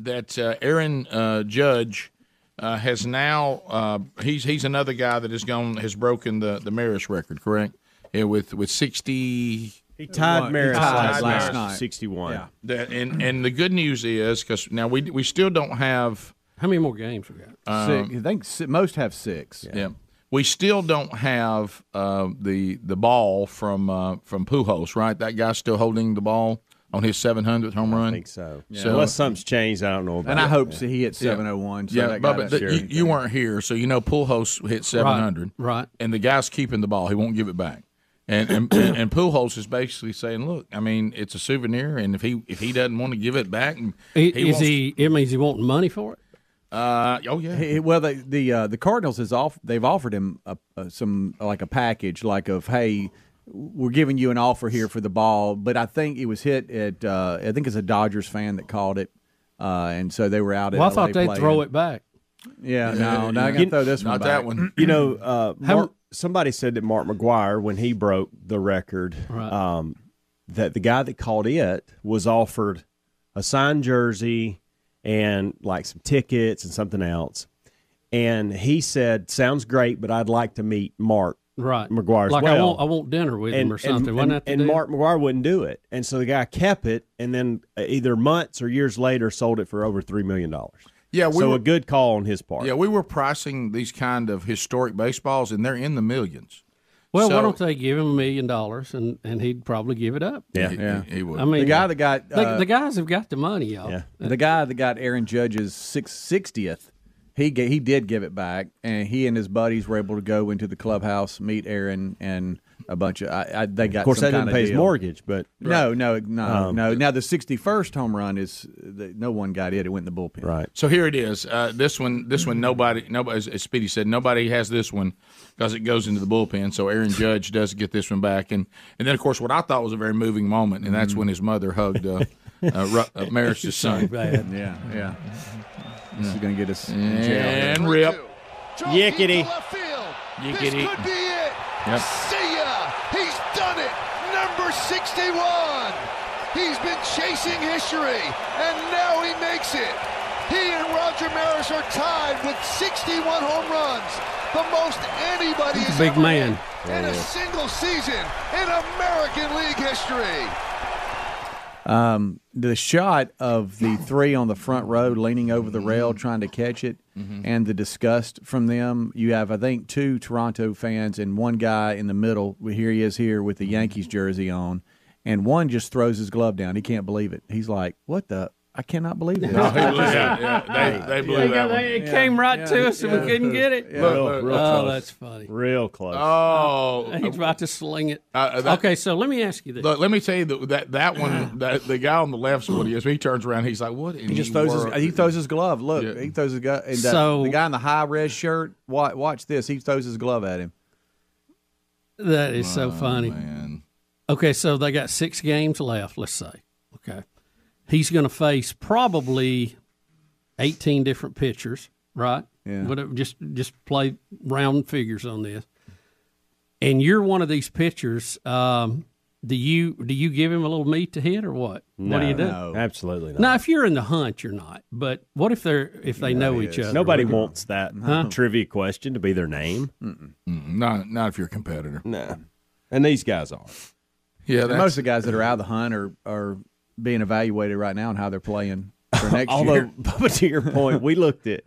that uh, Aaron uh, Judge uh, has now uh, he's he's another guy that has gone has broken the the Maris record, correct? Yeah, with with sixty. He tied He Maris tied last- last Maris. night. 61. Yeah. That- and and the good news is because now we we still don't have how many more games we got? Um, Six. I think si- most have six. Yeah. We still don't have uh, the the ball from uh, from Pujols, right? That guy's still holding the ball on his 700th home run. I think so. Unless something's changed, I don't know. About And I it. hope So he hit Yeah. 701. So yeah, that guy Bubba, doesn't the- share you, anything. you weren't here, so you know Pujols hit 700. right. And the guy's keeping the ball. He won't give it back. And and, [CLEARS THROAT] and, and Pujols is basically saying, look, I mean, it's a souvenir, and if he if he doesn't want to give it back, and I- is wants- he? It means he wanting money for it. Uh, oh yeah. He- well, the the uh, the Cardinals has off. They've offered him a, a, some like a package, like of hey, we're giving you an offer here for the ball. But I think it was hit at. Uh, I think it's a Dodgers fan that called it, uh, and so they were out. Well, I at LA thought they'd playing. throw it back. Yeah, no, no, I gotta throw this one. back. You know, uh, How- Mark, somebody said that Mark McGuire, when he broke the record, Right. um, that the guy that called it was offered a signed jersey and like some tickets and something else. And he said, "Sounds great, but I'd like to meet Mark Right. McGuire." Like I want, I want dinner with him or something. And, Wasn't and, that the and deal? Mark McGuire wouldn't do it, and so the guy kept it, and then uh, either months or years later, sold it for over three million dollars. Yeah, we so were- a good call on his part. Yeah, we were pricing these kind of historic baseballs, and they're in the millions. Well, So- why don't they give him a million dollars and, and he'd probably give it up? Yeah, He- yeah. he would. I mean, The guy that got, the, uh, the guys have got the money, y'all. Yeah. The guy that got Aaron Judge's six sixtieth, he ga- he did give it back, and he and his buddies were able to go into the clubhouse, meet Aaron, and a bunch of. I, I, they got. Of course, some that kind didn't pay his deal. mortgage, but No, no, no, Um, no. Now the sixty-first home run is the, no one got it. It went in the bullpen. Right. So here it is. Uh, this one, this one, nobody, nobody. As as Speedy said, nobody has this one because it goes into the bullpen. So Aaron Judge does get this one back, and and then of course what I thought was a very moving moment, and Mm-hmm. that's when his mother hugged uh, uh, Ru- [LAUGHS] uh, Maris's son. Bad. Yeah, [LAUGHS] yeah. This is gonna get us in jail. and rip. Yickety. Yickety. Could be it. Yep. See ya. He's done it. Number 61. He's been chasing history, and now he makes it. He and Roger Maris are tied with 61 home runs, the most anybody He's a has big ever man. hit in Yeah, a yeah. single season in American League history. Um, the shot of the three on the front row leaning over the rail trying to catch it, Mhm. and the disgust from them. You have, I think, two Toronto fans and one guy in the middle. Well, Here he is here with the Yankees jersey on, and one just throws his glove down. He can't believe it. He's like, "What the? I cannot [LAUGHS] believe this." No, Oh, he blew- yeah, yeah, they- they blew They that got- one. It came right to us, and we couldn't get it. Yeah. Look, look. oh, close. that's funny. Real close. [LAUGHS] Oh, [LAUGHS] Uh, he's about to sling it. that- okay, so let me ask you this. Ah. Look, let me tell you that that, that one, that, the guy on the left's what he is. He turns around, he's like, "What?" in [LAUGHS] He just the throws his, world? he throws his glove. Look, Yeah. he throws his glove. And that- So- the guy in the high res shirt, watch, watch this. He throws his glove at him. That is Oh, so funny. Okay, so they got six games left, let's say. Okay. He's going to face probably 18 different pitchers, right? Yeah. Whatever, just, just play round figures on this. And you're one of these pitchers. Um, do you do you give him a little meat to hit or what? what do you do? Absolutely not. Now, if you're in the hunt, you're not. But what if they're if they know each other? Nobody What do you- wants that Huh? trivia question to be their name. Not not if you're a competitor. No. And these guys are. Yeah, And that's- most of the guys that are out of the hunt are, are being evaluated right now and how they're playing [LAUGHS] for next Although, year. Bubba, to your point, we looked at,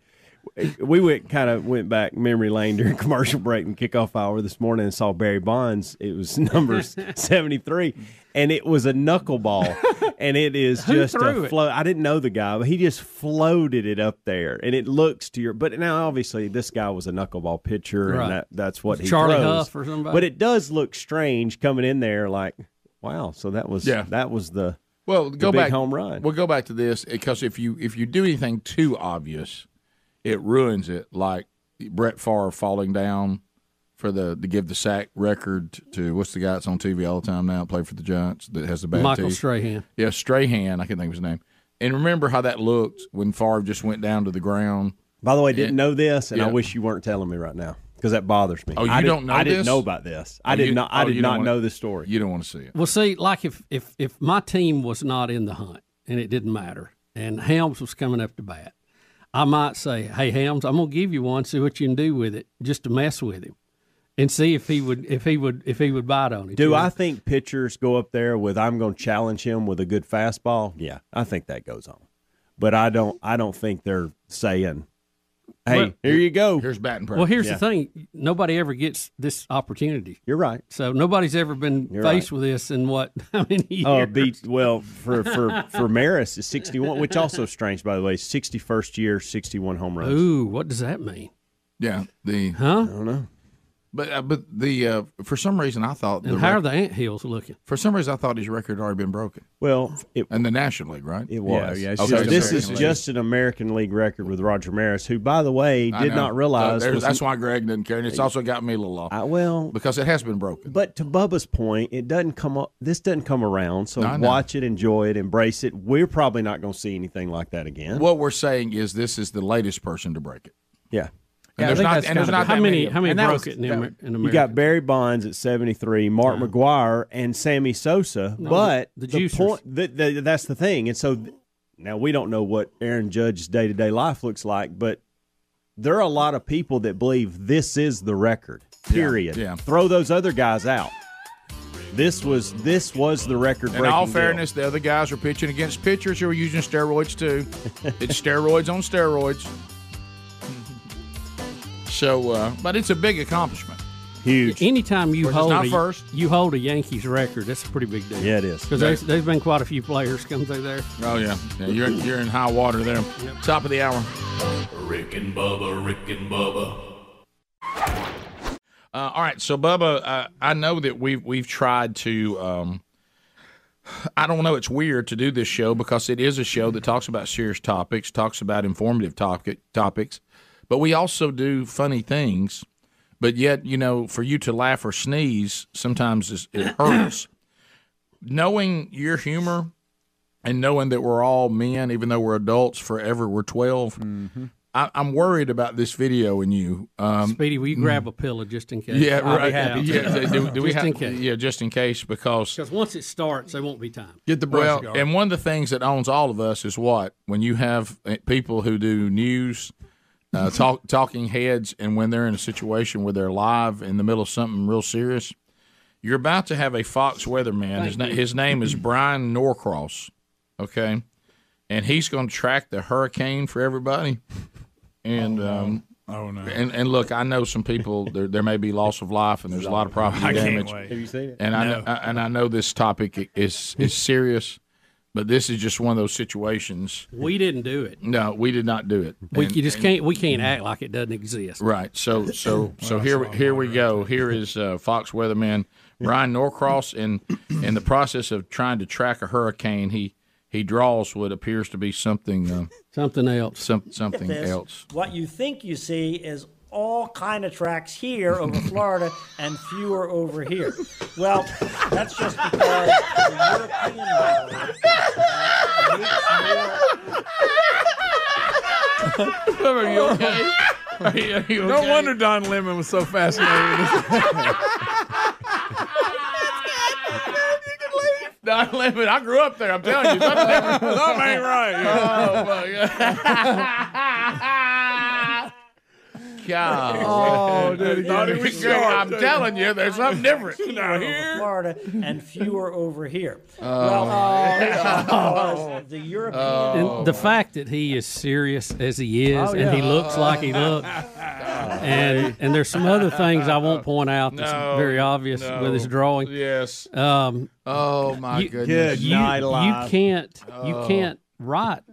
we went kind of went back memory lane during commercial break and kickoff hour this morning and saw Barry Bonds. It was [LAUGHS] number seventy three, and it was a [LAUGHS] knuckleball, and it is Who just threw a it? float. I didn't know the guy, but he just floated it up there, and it looks to your. But now, obviously, this guy was a knuckleball pitcher, Right. and that, that's what he Charlie throws. Huff or somebody? But it does look strange coming in there, like wow. So that was Yeah. that was the Well, the go big back home run. We'll go back to this because if you if you do anything too obvious, it ruins it. Like Brett Favre falling down for the to give the sack record to what's the guy that's on TV all the time now? Played for the Giants that has the bad Michael teeth? [LAUGHS] Strahan. Yeah, Strahan. I can't think of his name. And remember how that looked when Favre just went down to the ground. By the way, didn't know this, and I Yeah. wish you weren't telling me right now because that bothers me. Oh, you I didn't- don't know I didn't this? know about this. I Oh, did you- not. I oh, you don't did not wanna- know this story. You don't want to see it. Well, see, like if if if my team was not in the hunt and it didn't matter, and Helms was coming up to bat, I might say, "Hey, Helms, I'm gonna give you one. See what you can do with it, just to mess with him, and see if he would if he would if he would bite on it." Do you I know? think pitchers go up there with I'm going to challenge him with a good fastball? Yeah, I think that goes on, but I don't. I don't think they're saying, "Hey, Well- here [LAUGHS] you go." Here's batting practice. Well, here's Yeah. the thing: nobody ever gets this opportunity. You're right. So nobody's ever been You're faced with this in what [LAUGHS] how many years? Oh, beat well for [LAUGHS] for for Maris is 61, which also is strange by the way. 61st year, 61 home runs. Ooh, what does that mean? Yeah, the huh? I don't know. But uh, but the uh, for some reason I thought And the how rec- are the ant hills looking? for some reason I thought his record had already been broken. Well, it, in the National League, right? It was. so this is just an American League record with Roger Maris, who, by the way, I did know. not realize. Uh, there's- was- that's why Greg didn't care, and it's also got me a little off. well, because it has been broken. But to Bubba's point, it doesn't come up. This doesn't come around. So No, I know. watch it, enjoy it, embrace it. We're probably not going to see anything like that again. What we're saying is this is the latest person to break it. yeah. And there's not and there's not that of them. And that was- that- You got Barry Bonds at 73, Mark McGuire, and Sammy Sosa. No, but the- the, the juicers. point the, the, that's the thing. And so th- now we don't know what Aaron Judge's day to day life looks like, but there are a lot of people that believe this is the record. Period. yeah. Throw those other guys out. This was this was the record. In all fairness, the other guys are pitching against pitchers who are using steroids [LAUGHS] too. it's steroids on steroids. So, uh, but it's a big accomplishment. huge. Anytime you Of course, hold it's not a, first. you hold a Yankees record, that's a pretty big deal. Yeah, it is. because there's, there's been quite a few players come through there. Oh yeah, yeah you're you're in high water there. Top of the hour. Rick and Bubba, Rick and Bubba. Uh, all right, so Bubba, uh, I know that we've we've tried to. Um, I don't know. It's weird to do this show because it is a show that talks about serious topics, talks about informative topic topics, but we also do funny things. But yet, you know, for you to laugh or sneeze sometimes is, it hurts. knowing your humor and knowing that we're all men, even though we're adults forever, we're 12 I, I'm worried about this video and you. Um, Speedy, will you grab a pillow just in case? Yeah, I'll be right. happy to. Yeah, do, do we Just have, in case. Yeah, just in case because Because once it starts, there won't be time. well, and one of the things that owns all of us is what when you have uh, people who do news, [LAUGHS] uh, talk talking heads, and when they're in a situation where they're live in the middle of something real serious, you're about to have a Fox weatherman. His, na- Thank you. his name [CLEARS THROAT] is Brian Norcross. Okay, and he's going to track the hurricane for everybody. And um, oh no, and and look, I know some people. There, there may be loss of life, and there's a lot of property [LAUGHS] I can't damage. wait. Have you seen it? And I, No. know, I and I know this topic is is serious, but this is just one of those situations. We didn't do it. No, we did not do it. We, And- you just and- can't. We can't act like it doesn't exist. Right. [LAUGHS] So so so here here we go. Here is uh, Fox weatherman Brian Norcross in in the process of trying to track a hurricane. He he draws what appears to be something uh, something else some, something this. else. What you think you see is all kind of tracks here [LAUGHS] over Florida and fewer over here. Well, that's just [LAUGHS] because the European model uh, makes more. Are you okay? No wonder Don Lemon was [LAUGHS] so fascinated. [LAUGHS] Don Lemon, I grew up there. I'm telling you, [LAUGHS] something different. Something ain't Oh, [LAUGHS] [LAUGHS] right. Oh, dude, Thought you it was short, great. I'm dude. telling you, there's something different. [LAUGHS] Fewer Now over here. Florida and fewer over here. Oh. well, [LAUGHS] that's Oh. because the European Oh. And the fact that he is serious as he is, Oh, and he yeah. looks like he [LAUGHS] looks, and and there's some other things I won't point out that's No, very obvious no. with his drawing. Yes. Um. Oh my you, goodness. You, Good night, you alive. can't. Oh. You can't write.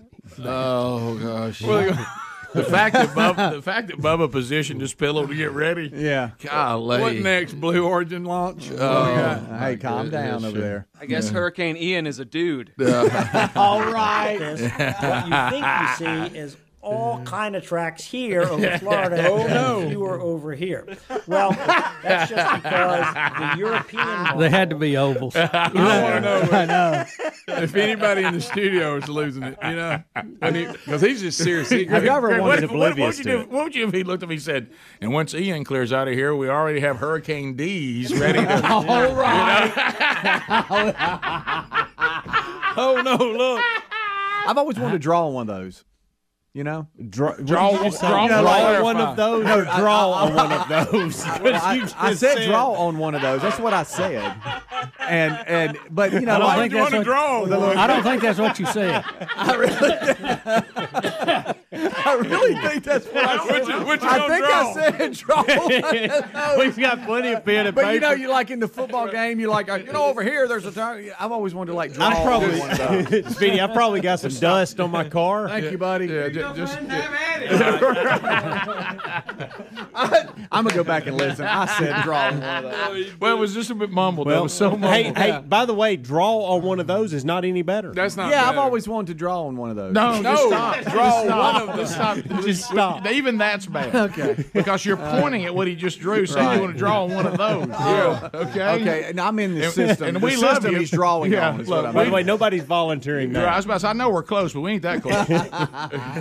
Oh gosh. Well, the fact that Bubba, the fact that Bubba positioned his pillow to get ready. Yeah. Golly. What next? Blue Origin launch? Uh, [LAUGHS] Oh, hey, calm down over there. I guess Hurricane Ian is a dude. [LAUGHS] [LAUGHS] All right. [LAUGHS] What you think you [LAUGHS] see is all kind of tracks here over Florida Oh, and no. fewer over here. Well, that's just because the [LAUGHS] European They had to be ovals. I want to know. I know. If anybody in the studio is losing it, you know, I mean, because he's just serious. He- Have you ever Greg, wondered what, would you do, What would you if he looked at me and said, and once Ian clears out of here, we already have Hurricane D's ready to. [LAUGHS] All right. oh no! Look, I've always wanted to draw one of those. You know, draw, Draw- did you say? draw- You know, draw like- one of those No, or I- draw I- on one of those? Well, I, You I just said, said. draw on one of those. That's what I said. And and but you know, I don't like- think that's what, I don't think that's what you said. I really think that's what I said. what you I gonna think I said [LAUGHS] draw. We've got plenty of pen and But you know, paper. you like in the football game, you like uh, you know over here. There's a time. I've always wanted to like draw. I one of those. probably, [LAUGHS] Speedy, I probably got some dust on my car. Thank you, buddy. [LAUGHS] I'm gonna go back and listen. I said draw one of those. Well, it was just a bit mumbled. That was so hey, mumbled. hey, by the way, draw on one of those is not any better. That's Yeah, I've always wanted to draw on one of those. No, no, just stop. Just stop. Just stop. [LAUGHS] Just stop. Even that's bad. Okay. Uh, Because you're pointing at what he just drew, saying Right. you want to draw on one of those. [LAUGHS] Yeah. Okay. Okay, and I'm in the And- system. And The we love system you. he's drawing yeah, on is look, what I we- By the way, nobody's volunteering Yeah, I now. was about to say, I know we're close, but we ain't that [LAUGHS] close.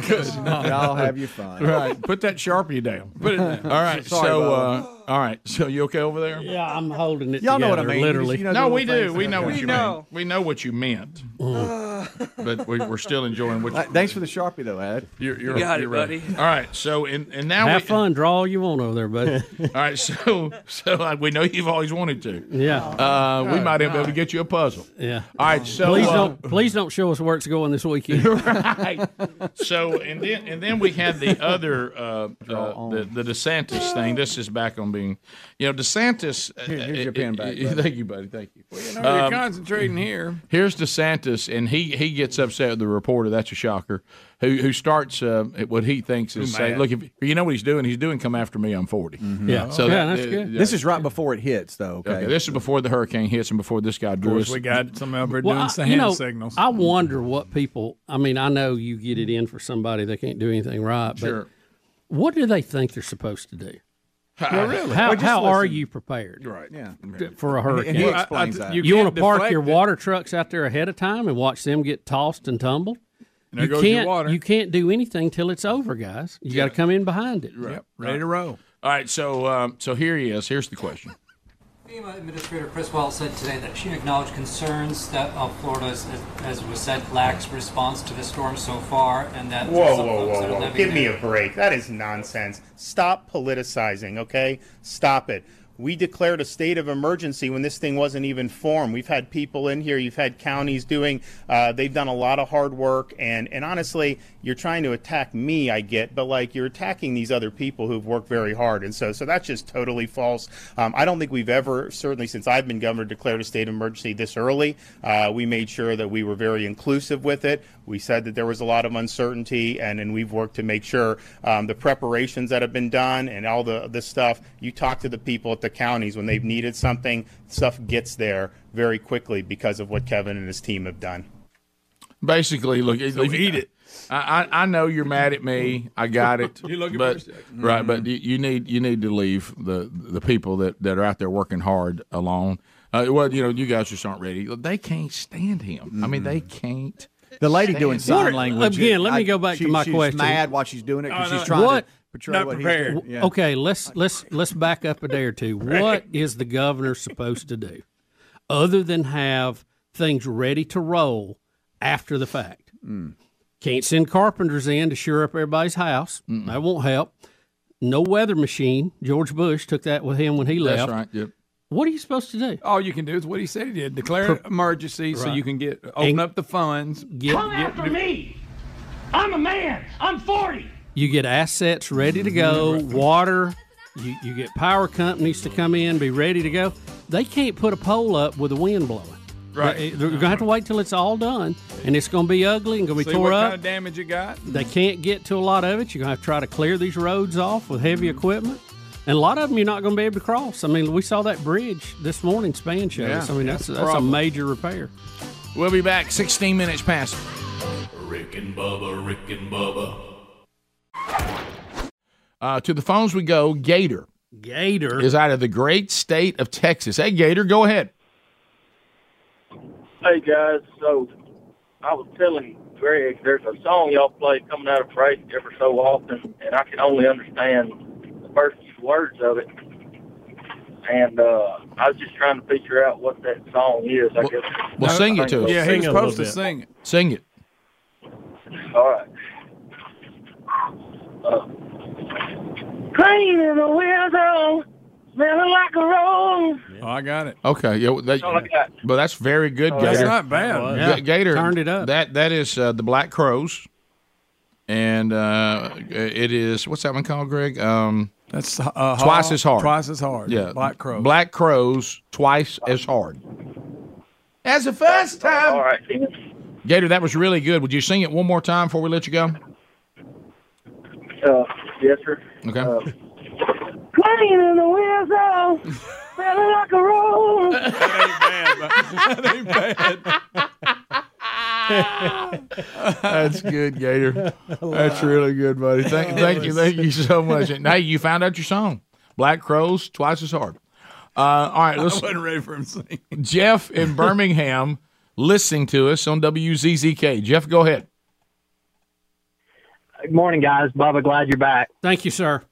Good enough. Y'all have your fun. Right. Put that Sharpie down. Put it down. All right. Sorry, so, uh, Bubba. all right. So, you okay over there? Yeah, I'm holding it. Y'all know what I together, mean. Literally. no, we do. We know what you meant. We know what you meant. [LAUGHS] but we, we're still enjoying what you Uh, Thanks for the sharpie though, Ed. You're, you're, you're right. All right. So, and, and now Have we, fun. Draw all you want over there, buddy. [LAUGHS] All right. So, so uh, we know you've always wanted to. Yeah. Uh, we might be able to get you a puzzle. Yeah. All right. So, please uh, [LAUGHS] don't please don't show us where it's going this weekend. right. So and then and then we had the other uh, uh, the the DeSantis thing. This is back on being, you know, DeSantis. Here, here's your [LAUGHS] pen back, buddy. Thank you, buddy. Thank you. You know, you're Um, concentrating here. Here's DeSantis, and he he gets upset with the reporter. That's a shocker. Who who starts uh, at what he thinks is Who saying, mad? "Look, if you know what he's doing, he's doing come after me. I'm 40." Yeah. so that- Yeah, that's uh, good. yeah. Mm-hmm. This is right before it hits, though. Okay, Okay, this is before the hurricane hits and before this guy drew us. somehow we're doing some you hand know, signals. [LAUGHS] I wonder what people. I mean, I know you get it in for somebody that can't do anything right. But Sure. What do they think they're supposed to do? Well, really? How, Well, just how are listen. you prepared? Right. Yeah. For a And he- hurricane, and he Well, I- explains I- that. You, you want can't to park deflect your water trucks out there ahead of time and watch them get tossed and tumbled. And there you goes your can't. water. You can't do anything till it's over, guys. You got to come in behind it. ready to roll. All right, so um, so here he is. Here's the question. FEMA Administrator Chris Wells said today that she acknowledged concerns that uh, Florida, as, as was said, lacks response to the storm so far, and that there are Whoa, some whoa, folks that are whoa, whoa. living Give me there- a break. That is nonsense. Stop politicizing, okay? Stop it. We declared a state of emergency when this thing wasn't even formed. We've had people in here, you've had counties doing, uh, they've done a lot of hard work. And, and honestly, you're trying to attack me, I get, but like you're attacking these other people who've worked very hard. And so, so that's just totally false. Um, I don't think we've ever, certainly since I've been governor, declared a state of emergency this early. Uh, we made sure that we were very inclusive with it. We said that there was a lot of uncertainty, and, and we've worked to make sure um, the preparations that have been done and all the this stuff. You talk to the people at the counties when they've needed something, stuff gets there very quickly because of what Kevin and his team have done. Basically, look, if- eat it. I, I I know you're mad at me. I got it. [LAUGHS] You look at but first, Jack. right, Mm-hmm. but you, you need you need to leave the the people that, that are out there working hard alone. Uh, well, you know, you guys just aren't ready. They can't stand him. I mean, they can't. Mm-hmm. The lady stand doing him. sign language. again, let me go back she- to my she's question. Mad while she's doing it because Oh, no. she's trying What? to portray what he's doing. W- Yeah. Okay, let's let's let's back up a day or two. What is the governor supposed to do, other than have things ready to roll after the fact? Can't send carpenters in to shore up everybody's house. That won't help. No weather machine. George Bush took that with him when he left. That's right. Yep. What are you supposed to do? All you can do is what he said he did: declare an emergency so Right. you can get open And- up the funds. Come after me. I'm a man. I'm 40. You get assets ready to go, Mm-hmm. water, you, you get power companies to come in, be ready to go. They can't put a pole up with the wind blowing. Right. They, are going to have to wait till it's all done, and it's going to be ugly and going to See be tore what up. kind of damage you got. They can't get to a lot of it. You're going to have to try to clear these roads off with heavy equipment. And a lot of them you're not going to be able to cross. I mean, we saw that bridge this morning, span shows. Yeah, I mean, that's that's, a that's a problem. major repair. We'll be back. Sixteen minutes past. Rick and Bubba, Rick and Bubba. Uh, to the phones we go. Gator Gator is out of the great state of Texas. Hey, Gator, go ahead. Hey guys, so I was telling Greg there's a song y'all play coming out of Praise every so often, and I can only understand the first few words of it. And uh, I was just trying to figure out what that song is. I guess. Well, sing it to us. Yeah, he was supposed to sing it. Sing it. All right. Clean in the window, smelling like a rose. Oh, I got it. Okay, yeah, well, that, That's all I got. but that's very good. Oh, Gator. that's not bad. Ga- Yeah, Gator turned it up. That that is uh, the Black Crows, and uh, it is what's that one called, Greg? Um, that's uh, twice as hard. Twice as hard. Yeah, Black Crows. Black Crows, twice as hard. That's the first time. All right. Gator, that was really good. Would you sing it one more time before we let you go? Uh, yes, sir. Uh, Okay. Clean in the window, smelling like a rose. [LAUGHS] That's good, [LAUGHS] Gator. That's really good, buddy. Thank, thank you, thank you so much. And hey, you found out your song, Black Crows, twice as hard. Uh, all right, I let's. wasn't ready for him to sing. Jeff [LAUGHS] in Birmingham listening to us on WZZK. Jeff, go ahead. Good morning, guys. Bubba, glad you're back. Thank you, sir.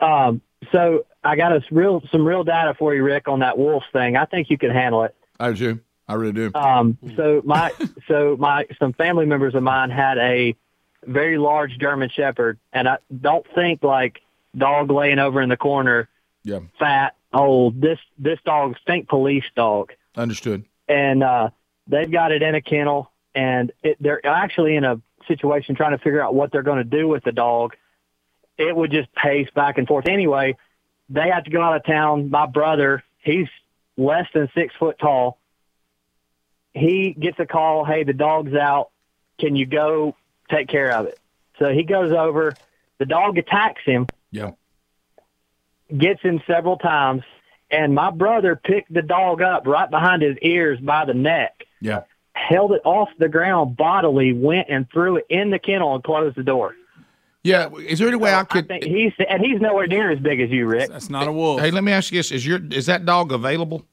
Um, so I got us real some real data for you, Rick, on that wolf thing. I think you can handle it. I do. I really do. Um, so my so my some family members of mine had a very large German Shepherd, and I don't think like dog laying over in the corner, Yeah. fat, old. This this dog stink police dog. Understood. and uh, they've got it in a kennel, and it, they're actually in a situation trying to figure out what they're going to do with the dog. It would just pace back and forth anyway. they had to go out of town. My brother, he's less than six foot tall. He gets a call, hey, the dog's out. Can you go take care of it? So he goes over. The dog attacks him, Yeah. gets him several times, and my brother picked the dog up right behind his ears by the neck, Yeah. held it off the ground bodily, went and threw it in the kennel and closed the door. Yeah, is there any way I could? he's and he's nowhere near as big as you, Rick. That's not a wolf. Hey, let me ask you this: Is your is that dog [LAUGHS] available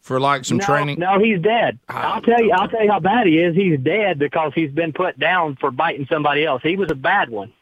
for like some no, training? No, Oh, he's dead. I'll tell you. I'll tell you how bad he is. He's dead because he's been put down for biting somebody else. He was a bad one.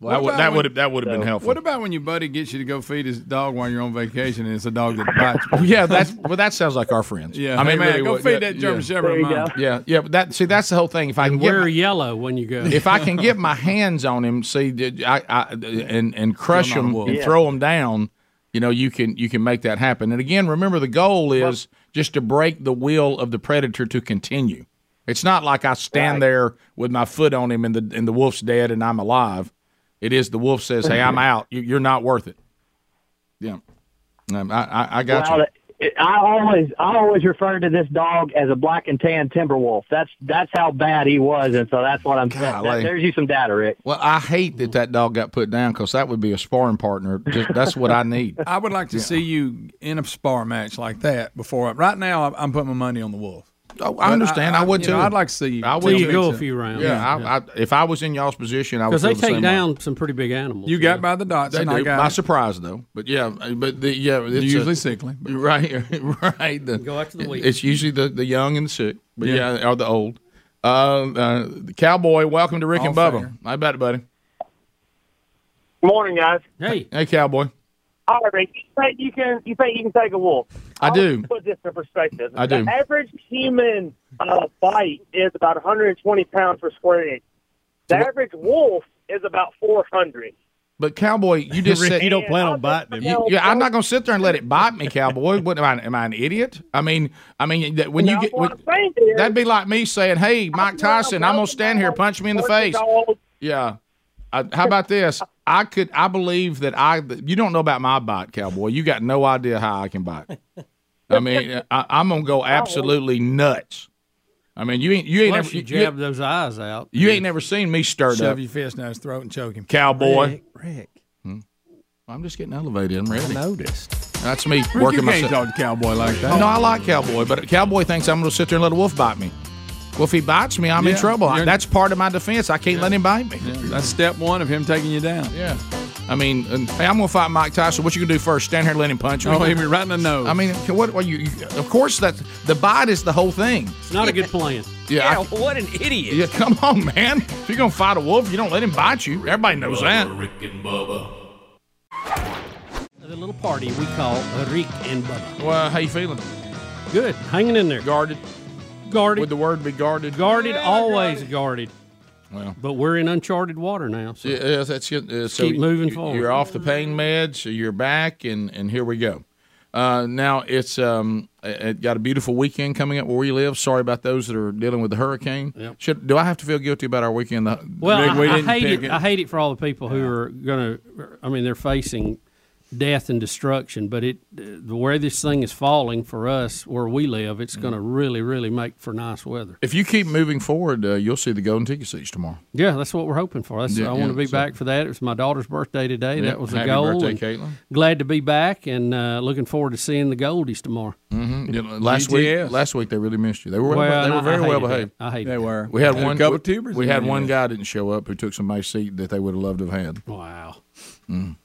That would that would have that would have been helpful. What about when your buddy gets you to go feed his dog while you're on vacation and it's a dog that [LAUGHS] bites? you? Oh, yeah, that's well. That sounds like our friends. Yeah, I mean, hey, man, really go would. feed Yeah, that German yeah. Shepherd of mine. Yeah, yeah. But that see, that's the whole thing. If I can get wear my- yellow when you [LAUGHS] go. if I can get my hands on him, see, did- I, I and and crush Still not a him wolf. and Yeah. throw him down, you know, you can you can make that happen. And again, remember the goal is just to break the will of the predator to continue. It's not like I stand there with my foot on him and the and the wolf's dead and I'm alive. It is the wolf says, "Hey, [LAUGHS] I'm out. You, you're not worth it." Yeah, Um, I, I, I got Well, you. it- I always, I always refer to this dog as a black and tan timber wolf. That's that's how bad he was, and so that's what I'm saying. Golly. That- There's you some data, Rick. Well, I hate that that dog got put down because that would be a sparring partner. Just, that's what I need. [LAUGHS] I would like to see you in a spar match like that before. I, right now, I'm- I'm putting my money on the wolf. Oh, But I understand. I, would you too. know, I'd like to see you. I would too. Yeah, I, I, if I was in y'all's position, I would. because they feel the take same down some pretty big animals. You got by the dots, Way. They and I do. got By it. surprise, though. But yeah, but the, yeah, it's usually a, sickly. [LAUGHS] Right, right. The, Go after the weak. It's usually the, the young and the sick, but Yeah. yeah, or the old. Uh, uh, cowboy, welcome to Rick and All Bubba. fair. I bet, buddy. Morning, guys. Hey, hey, cowboy. All right, Rick, you think you can you think you can take a wolf? I do. Put this in perspective. I do. The average human uh, bite is about 120 pounds per square inch. The average wolf is about 400. But cowboy, you [LAUGHS] just Rick, said you don't plan on biting him. You- yeah, I'm not going to sit there and let it bite me, cowboy. What am I? Am I an idiot? I mean, I mean that when you get when, that'd be like me saying, "Hey, Mike Tyson, I'm going to stand here, punch me in the face." Yeah. I, how about this? I could. I believe that I. You don't know about my bite, cowboy. You got no idea how I can bite. I mean, I, I'm going to go absolutely nuts. I mean, you ain't you ain't Plus never you you, jab those eyes out. you ain't never seen me stirred up, Shove your fist down his throat and choke him. cowboy. Hmm. Rick, Rick. I'm just getting elevated. I'm ready. I noticed. That's me you working can't myself. talk to cowboy like that. No, I like cowboy, but cowboy thinks I'm going to sit there and let a wolf bite me. Well, if he bites me, I'm in Yeah, trouble. I- you're- That's part of my defense. I can't let him bite me. That's step one of him taking you down. Yeah. I mean, and, hey, I'm going to fight Mike Tyson. What you going to do first? Stand here and let him punch me? Oh, hit me right in the nose. I mean, can- what are you? you- Of course, that the bite is the whole thing. It's not a good plan. Yeah. I- what an idiot. yeah, come on, man. If you're going to fight a wolf, you don't let him bite you. Everybody knows that. Rick and Bubba. The little party we call Rick and Bubba. Well, how you feeling? Good, hanging in there. Guarded. Guarded. Would the word be guarded? Guarded, always guarded. Well, but we're in uncharted water now. So Yeah, yeah, that's good. Uh, so keep moving you- forward. You're off the pain meds. You're back, and and here we go. Uh, now it's um, it- it got a beautiful weekend coming up where we live. Sorry about those that are dealing with the hurricane. Yep. Should do I have to feel guilty about our weekend? The- Well, I, I hate it, I hate it for all the people who are going to. I mean, they're facing death and destruction. But it, the way this thing is falling for us where we live, Mm. it's going to really, really make for nice weather. If you keep moving forward, uh, you'll see the golden ticket seats tomorrow. Yeah, that's what we're hoping for. That's, Yeah, I want yeah, to be so- back for that. It was my daughter's birthday today. Yeah, That was the happy goal. birthday, and Caitlin. Glad to be back and uh, looking forward to seeing the Goldies tomorrow. Mm-hmm. last week, last week they really missed you. They were well, Well, they and were very I- I well hated behaved. that. I hated They that. were. We had Had a one. couple we- tubers We in had there, one yeah. guy didn't show up who took somebody's seat that they would have loved to have had. Wow. Mm.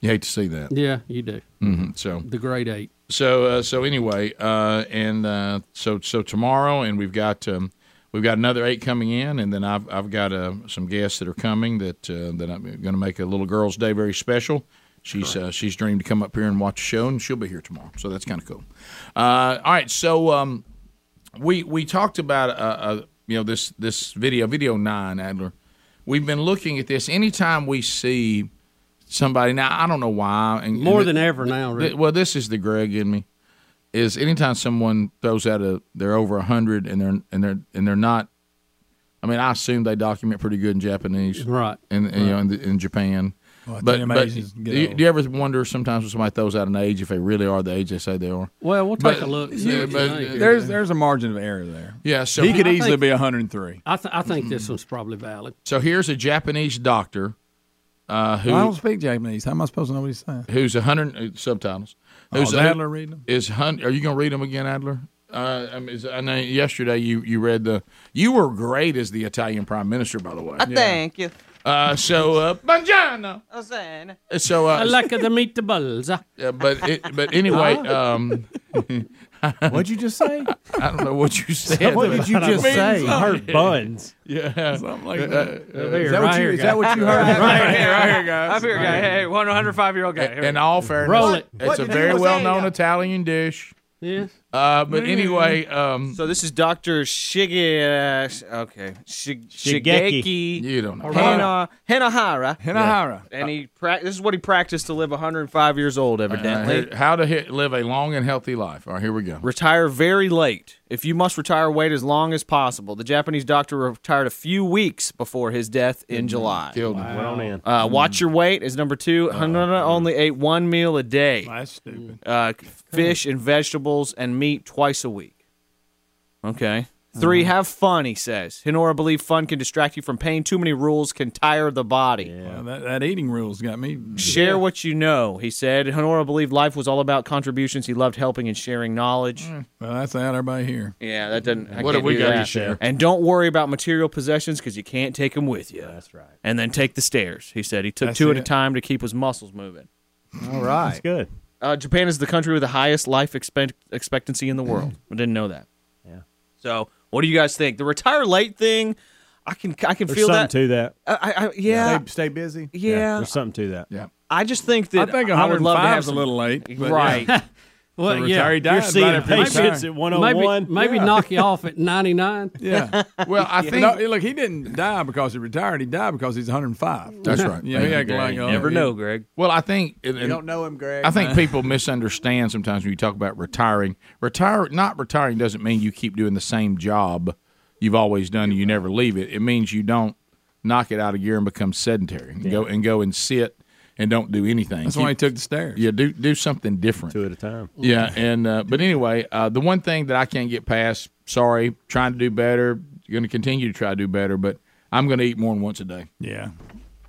You hate to see that. Yeah, you do. hmm So The grade eight. So uh, so anyway, uh, and uh, so so tomorrow, and we've got um, we've got another eight coming in, and then I've I've got uh, some guests that are coming that uh, that I'm going to make a little girl's day very special. She's uh, she's dreamed to come up here and watch a show, and she'll be here tomorrow. So that's kind of cool. Uh, all right, so um, we we talked about uh, uh, you know this this video video nine Adler. We've been looking at this anytime we see somebody. Now I don't know why, and More and than it- ever now, Th- Rick. well, this is the Greg in me. Is anytime someone throws out a they're over hundred and they're and they're and they're not. I mean, I assume they document pretty good in Japanese, Right. And, and, you know, in, the, in Japan, Well, but teenage but ages do, get you, old. do you ever wonder sometimes when somebody throws out an age if they really are the age they say they are? Well, we'll But- take a look. see Yeah, what you but think. there's there's a margin of error there. Yeah, so he could I easily think- be 103. I, th- I think Hmm. this one's probably valid. So here's a Japanese doctor uh, who I don't speak Japanese. How am I supposed to know what he's saying? who's a hundred uh, subtitles. Oh, Who's is a- Adler reading 'em? Is hun- Are you going to read them again, Adler? Uh, I, mean, is, I know yesterday you you read the. You were great as the Italian prime minister, by the way. I thank you. Uh, so, uh, Mangiano. Hosanna. so uh, I like the meatballs. Yeah, but it, but [LAUGHS] anyway, um, [LAUGHS] What'd you just say? I don't know [LAUGHS] what you said. What did you just say? I heard buns. Yeah, Something like that. Uh, Is that what you- is that what you heard? [LAUGHS] Right here, right here, guys. Up here, guy. Hey, hey, 105 year old guy. Here we In go. all fairness, Roll it. it's What a did very you say? well known Italian dish. Yes. Uh, but anyway, um, so this is Doctor Shige. Uh, sh- okay, Shig- Shigeki. Shigeki. You don't know. Hana, Hanahara. Hanahara. And he pra- this is what he practiced to live 105 years old, evidently. uh, how to hit, live a long and healthy life. All right, here we go. Retire very late. If you must retire, wait as long as possible. The Japanese doctor retired a few weeks before his death Mm-hmm. in July. Killed him. Went on in. Oh, Uh, watch your weight is number two. Hanada only ate one meal a day. That's stupid. Uh, fish and vegetables and meat twice a week. Okay. 3 Mm-hmm. have fun, he says. Hinora believed fun can distract you from pain. Too many rules can tire the body. Well, that, that eating rule's got me. Share what you know, he said. Honora believed life was all about contributions. He loved helping and sharing knowledge. Well, that's out everybody here. Yeah, that doesn't. I What can't have we do got to that. share? And don't worry about material possessions because you can't take them with you. that's right. And then take the stairs, he said. He took That's two at a it. time to keep his muscles moving. All right. That's good. Uh, Japan is the country with the highest life expect- expectancy in the world. I didn't know that. Yeah. So, what do you guys think? The retire late thing, I can I can There's feel something to that. that. I, I, I, yeah. Stay, stay busy. Yeah. There's something to that. Yeah. I just think that I think I would love to 105 have is a some- little late, but [LAUGHS] right? yeah. Well, The yeah, retiree died you're right seeing after he sits at 101. Maybe, maybe Yeah. knock you off at 99. [LAUGHS] [LAUGHS] Yeah. Well, I Yeah. think- No, look, he didn't die because he retired. He died because he's 105. That's right. Yeah, he acted like, oh, he- Greg. Well, I think you don't know him, Greg. I think people misunderstand sometimes when you talk about retiring. Retire, not retiring, doesn't mean you keep doing the same job you've always done and you never leave it. It means you don't knock it out of gear and become sedentary and go and go and sit and don't do anything. That's Keep- why he took the stairs. Yeah, do do something different. Two at a time. Yeah, and uh, but anyway, uh, the one thing that I can't get past, sorry, trying to do better, going to continue to try to do better, but I'm going to eat more than once a day. Yeah.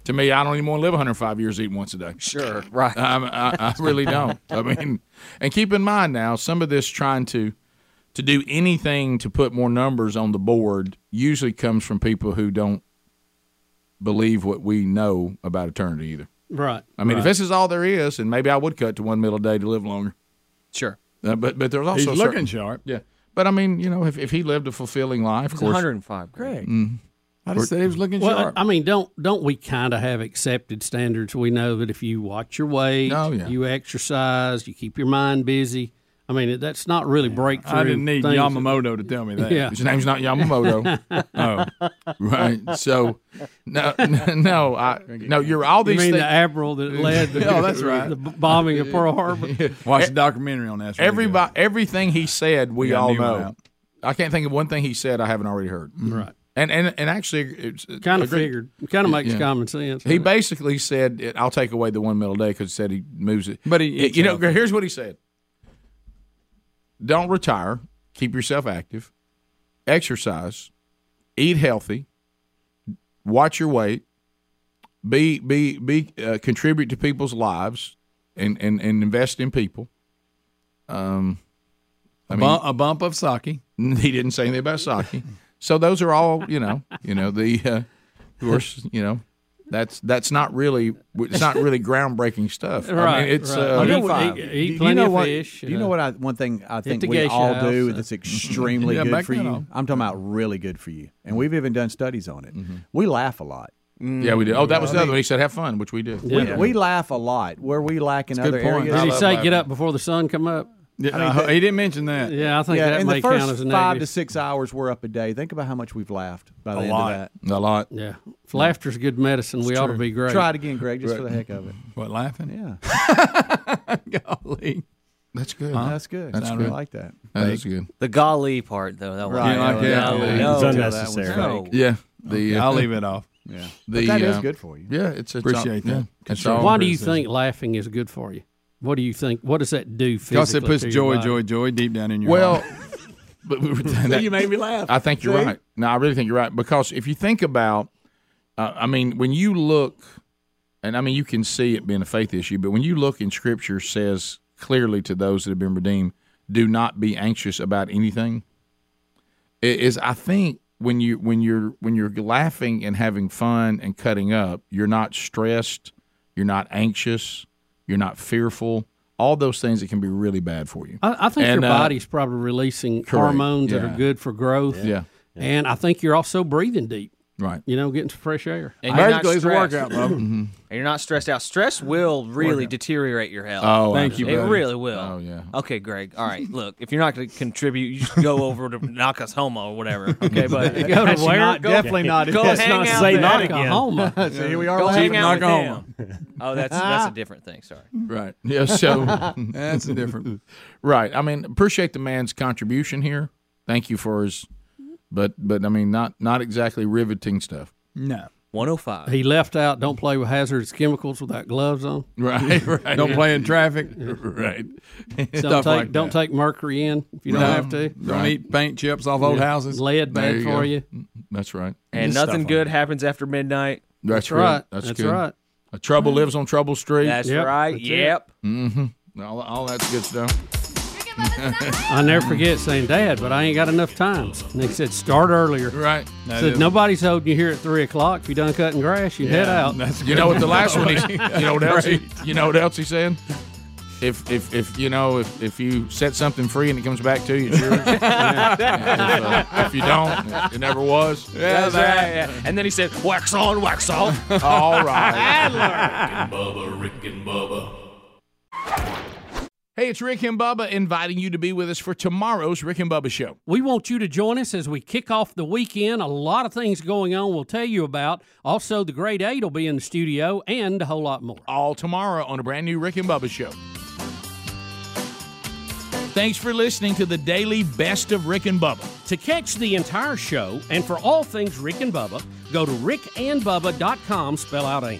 To me, I don't even want to live 105 years eating once a day. Sure, right. I, I, I really don't. I mean, and keep in mind now, some of this trying to to do anything to put more numbers on the board usually comes from people who don't believe what we know about eternity either. Right. I mean, if right. this is all there is, and maybe I would cut to one meal a day to live longer. Sure. Uh, but but there's He's also looking certain- sharp. Yeah. But I mean, you know, if, if he lived a fulfilling life, of He's course, 105, Greg. Mhm. I just said he was looking well, sharp. I mean, don't don't we kind of have accepted standards? We know that if you watch your weight, Oh, you exercise, you keep your mind busy. I mean, that's not really breakthrough. I didn't need things. Yamamoto to tell me that. Yeah. His name's not [LAUGHS] Yamamoto. oh, right. So, no, [LAUGHS] no, I, no. You're all You these. mean things- the admiral that led [LAUGHS] the- oh, that's right. the b- bombing of Pearl [LAUGHS] Harbor? Eh, Watch the documentary on that. It's really good. Everybody, everything he said, we Yeah, I all knew know. that. I can't think of one thing he said I haven't already heard. Right. And and and actually, it's Kind of agreed. figured. Kind of makes Yeah. common sense. He basically said, it- "I'll take away the one meal a day," because he said he moves it. But he eats you know, healthy. here's what he said: Don't retire. Keep yourself active. Exercise. Eat healthy. Watch your weight. Be be be uh, contribute to people's lives, and and and invest in people. Um, A bump- a bump of sake. [LAUGHS] He didn't say anything about sake. so those are all you know. You know the, uh, of course, you know that's that's not really it's not really groundbreaking stuff. I mean, it's uh, You know what- do you know what- do you know what? I, one thing I Hit think the we geisha all house, do uh. that's extremely Yeah, good back for then you. I'll- I'm talking about really good for you, and we've even done studies on it. We laugh a lot. Yeah, we did. Oh, Mm, that was the other one. He said, "Have fun," which we did. We, we laugh a lot. Where we lack in It's a good other point. areas. Did he I love say laughing. Get up before the sun come up. Yeah, I think that- he didn't mention that. Yeah, I think yeah, that in may the first count as a negative. five to six hours we're up a day. Think about how much we've laughed by the A end lot. of that. A lot. Yeah. If laughter's good medicine, we ought to be great. Try it again, Greg, just for the heck of it. What laughing? Yeah. [LAUGHS] Golly. That's good. Huh? That's good. That's I good. really like that. That is good. The golly part, though, that Right. one. Yeah, like that. No, Yeah. no. It's unnecessary. No. Yeah. The, Okay, I'll leave it off. Yeah, But that uh, is good for you. Yeah, it's it's Appreciate that. It's all Why do you criticism. think laughing is good for you? What do you think? What does that do physically? Because it puts to your joy, body? joy, joy deep down in your Well, heart. [LAUGHS] but [LAUGHS] we were- See, you made me laugh. I think you're See? right. No, I really think you're right because if you think about, uh, I mean, when you look, and I mean, you can see it being a faith issue, but when you look in Scripture, says clearly to those that have been redeemed, do not be anxious about anything. It is I think when you when you're when you're laughing and having fun and cutting up, you're not stressed, you're not anxious, you're not fearful. All those things that can be really bad for you. I, I think And, your uh, body's probably releasing correct, hormones that yeah. are good for growth. Yeah. Yeah. And I think you're also breathing deep. Right. Mm-hmm. You know, getting some fresh air. And you're not stressed. Mm-hmm. Mhm. and you're not stressed out. Stress will really deteriorate your health. Oh, Thank you, It buddy. really will. Oh, yeah. Okay, Greg. All right. Look, if you're not going to contribute, you just go over to Nakasoma or whatever. [LAUGHS] Okay, but Go to where? Definitely not- Go let's hang not out say there. that [LAUGHS] again. Nakahoma. [LAUGHS] So here we are Go laughing hang out at with Nakahoma. them. Oh, that's that's a different thing. [LAUGHS] Sorry. Right. [LAUGHS] Yeah. [LAUGHS] So [LAUGHS] Right. I mean, appreciate the man's contribution here. Thank you for his, but but I mean, not not exactly riveting stuff. No. 105. He left out. Don't play with hazardous chemicals without gloves on. [LAUGHS] Right, right. Don't play in traffic. [LAUGHS] Right. Don't Stuff take like don't that. take mercury in if you don't No. have to. Don't eat paint chips off old Yeah. houses. Mm-hmm. Lead There bad you for go. you. That's right. And Stuff nothing like good happens after midnight. That's, good. That's, good. A trouble lives on Trouble Street. Mm-hmm. That's right. yep. Mm-hmm. All, all that's good stuff. [LAUGHS] I never forget saying, Dad, but I ain't got enough time. And he said, start earlier. Right. That said, is- nobody's holding you here at 3 o'clock. If you done cutting grass, you head Yeah, out. that's You know what the last one [LAUGHS] is? [LAUGHS] You know what else? He, you know what else he's saying? If if if you know if if you set something free and it comes back to you, it's yours. [LAUGHS] Yeah. If, uh, if you don't, it never was. That's right. yeah. And then he said, wax on, [LAUGHS] wax off. [LAUGHS] All right. Rick and Bubba, Rick and Bubba. Hey, it's Rick and Bubba inviting you to be with us for tomorrow's Rick and Bubba show. We want you to join us as we kick off the weekend. A lot of things going on we'll tell you about. Also, the grade 8 will be in the studio and a whole lot more. All tomorrow on a brand new Rick and Bubba show. Thanks for listening to the daily best of Rick and Bubba. To catch the entire show and for all things Rick and Bubba, go to rickandbubba.com, spell out AIM.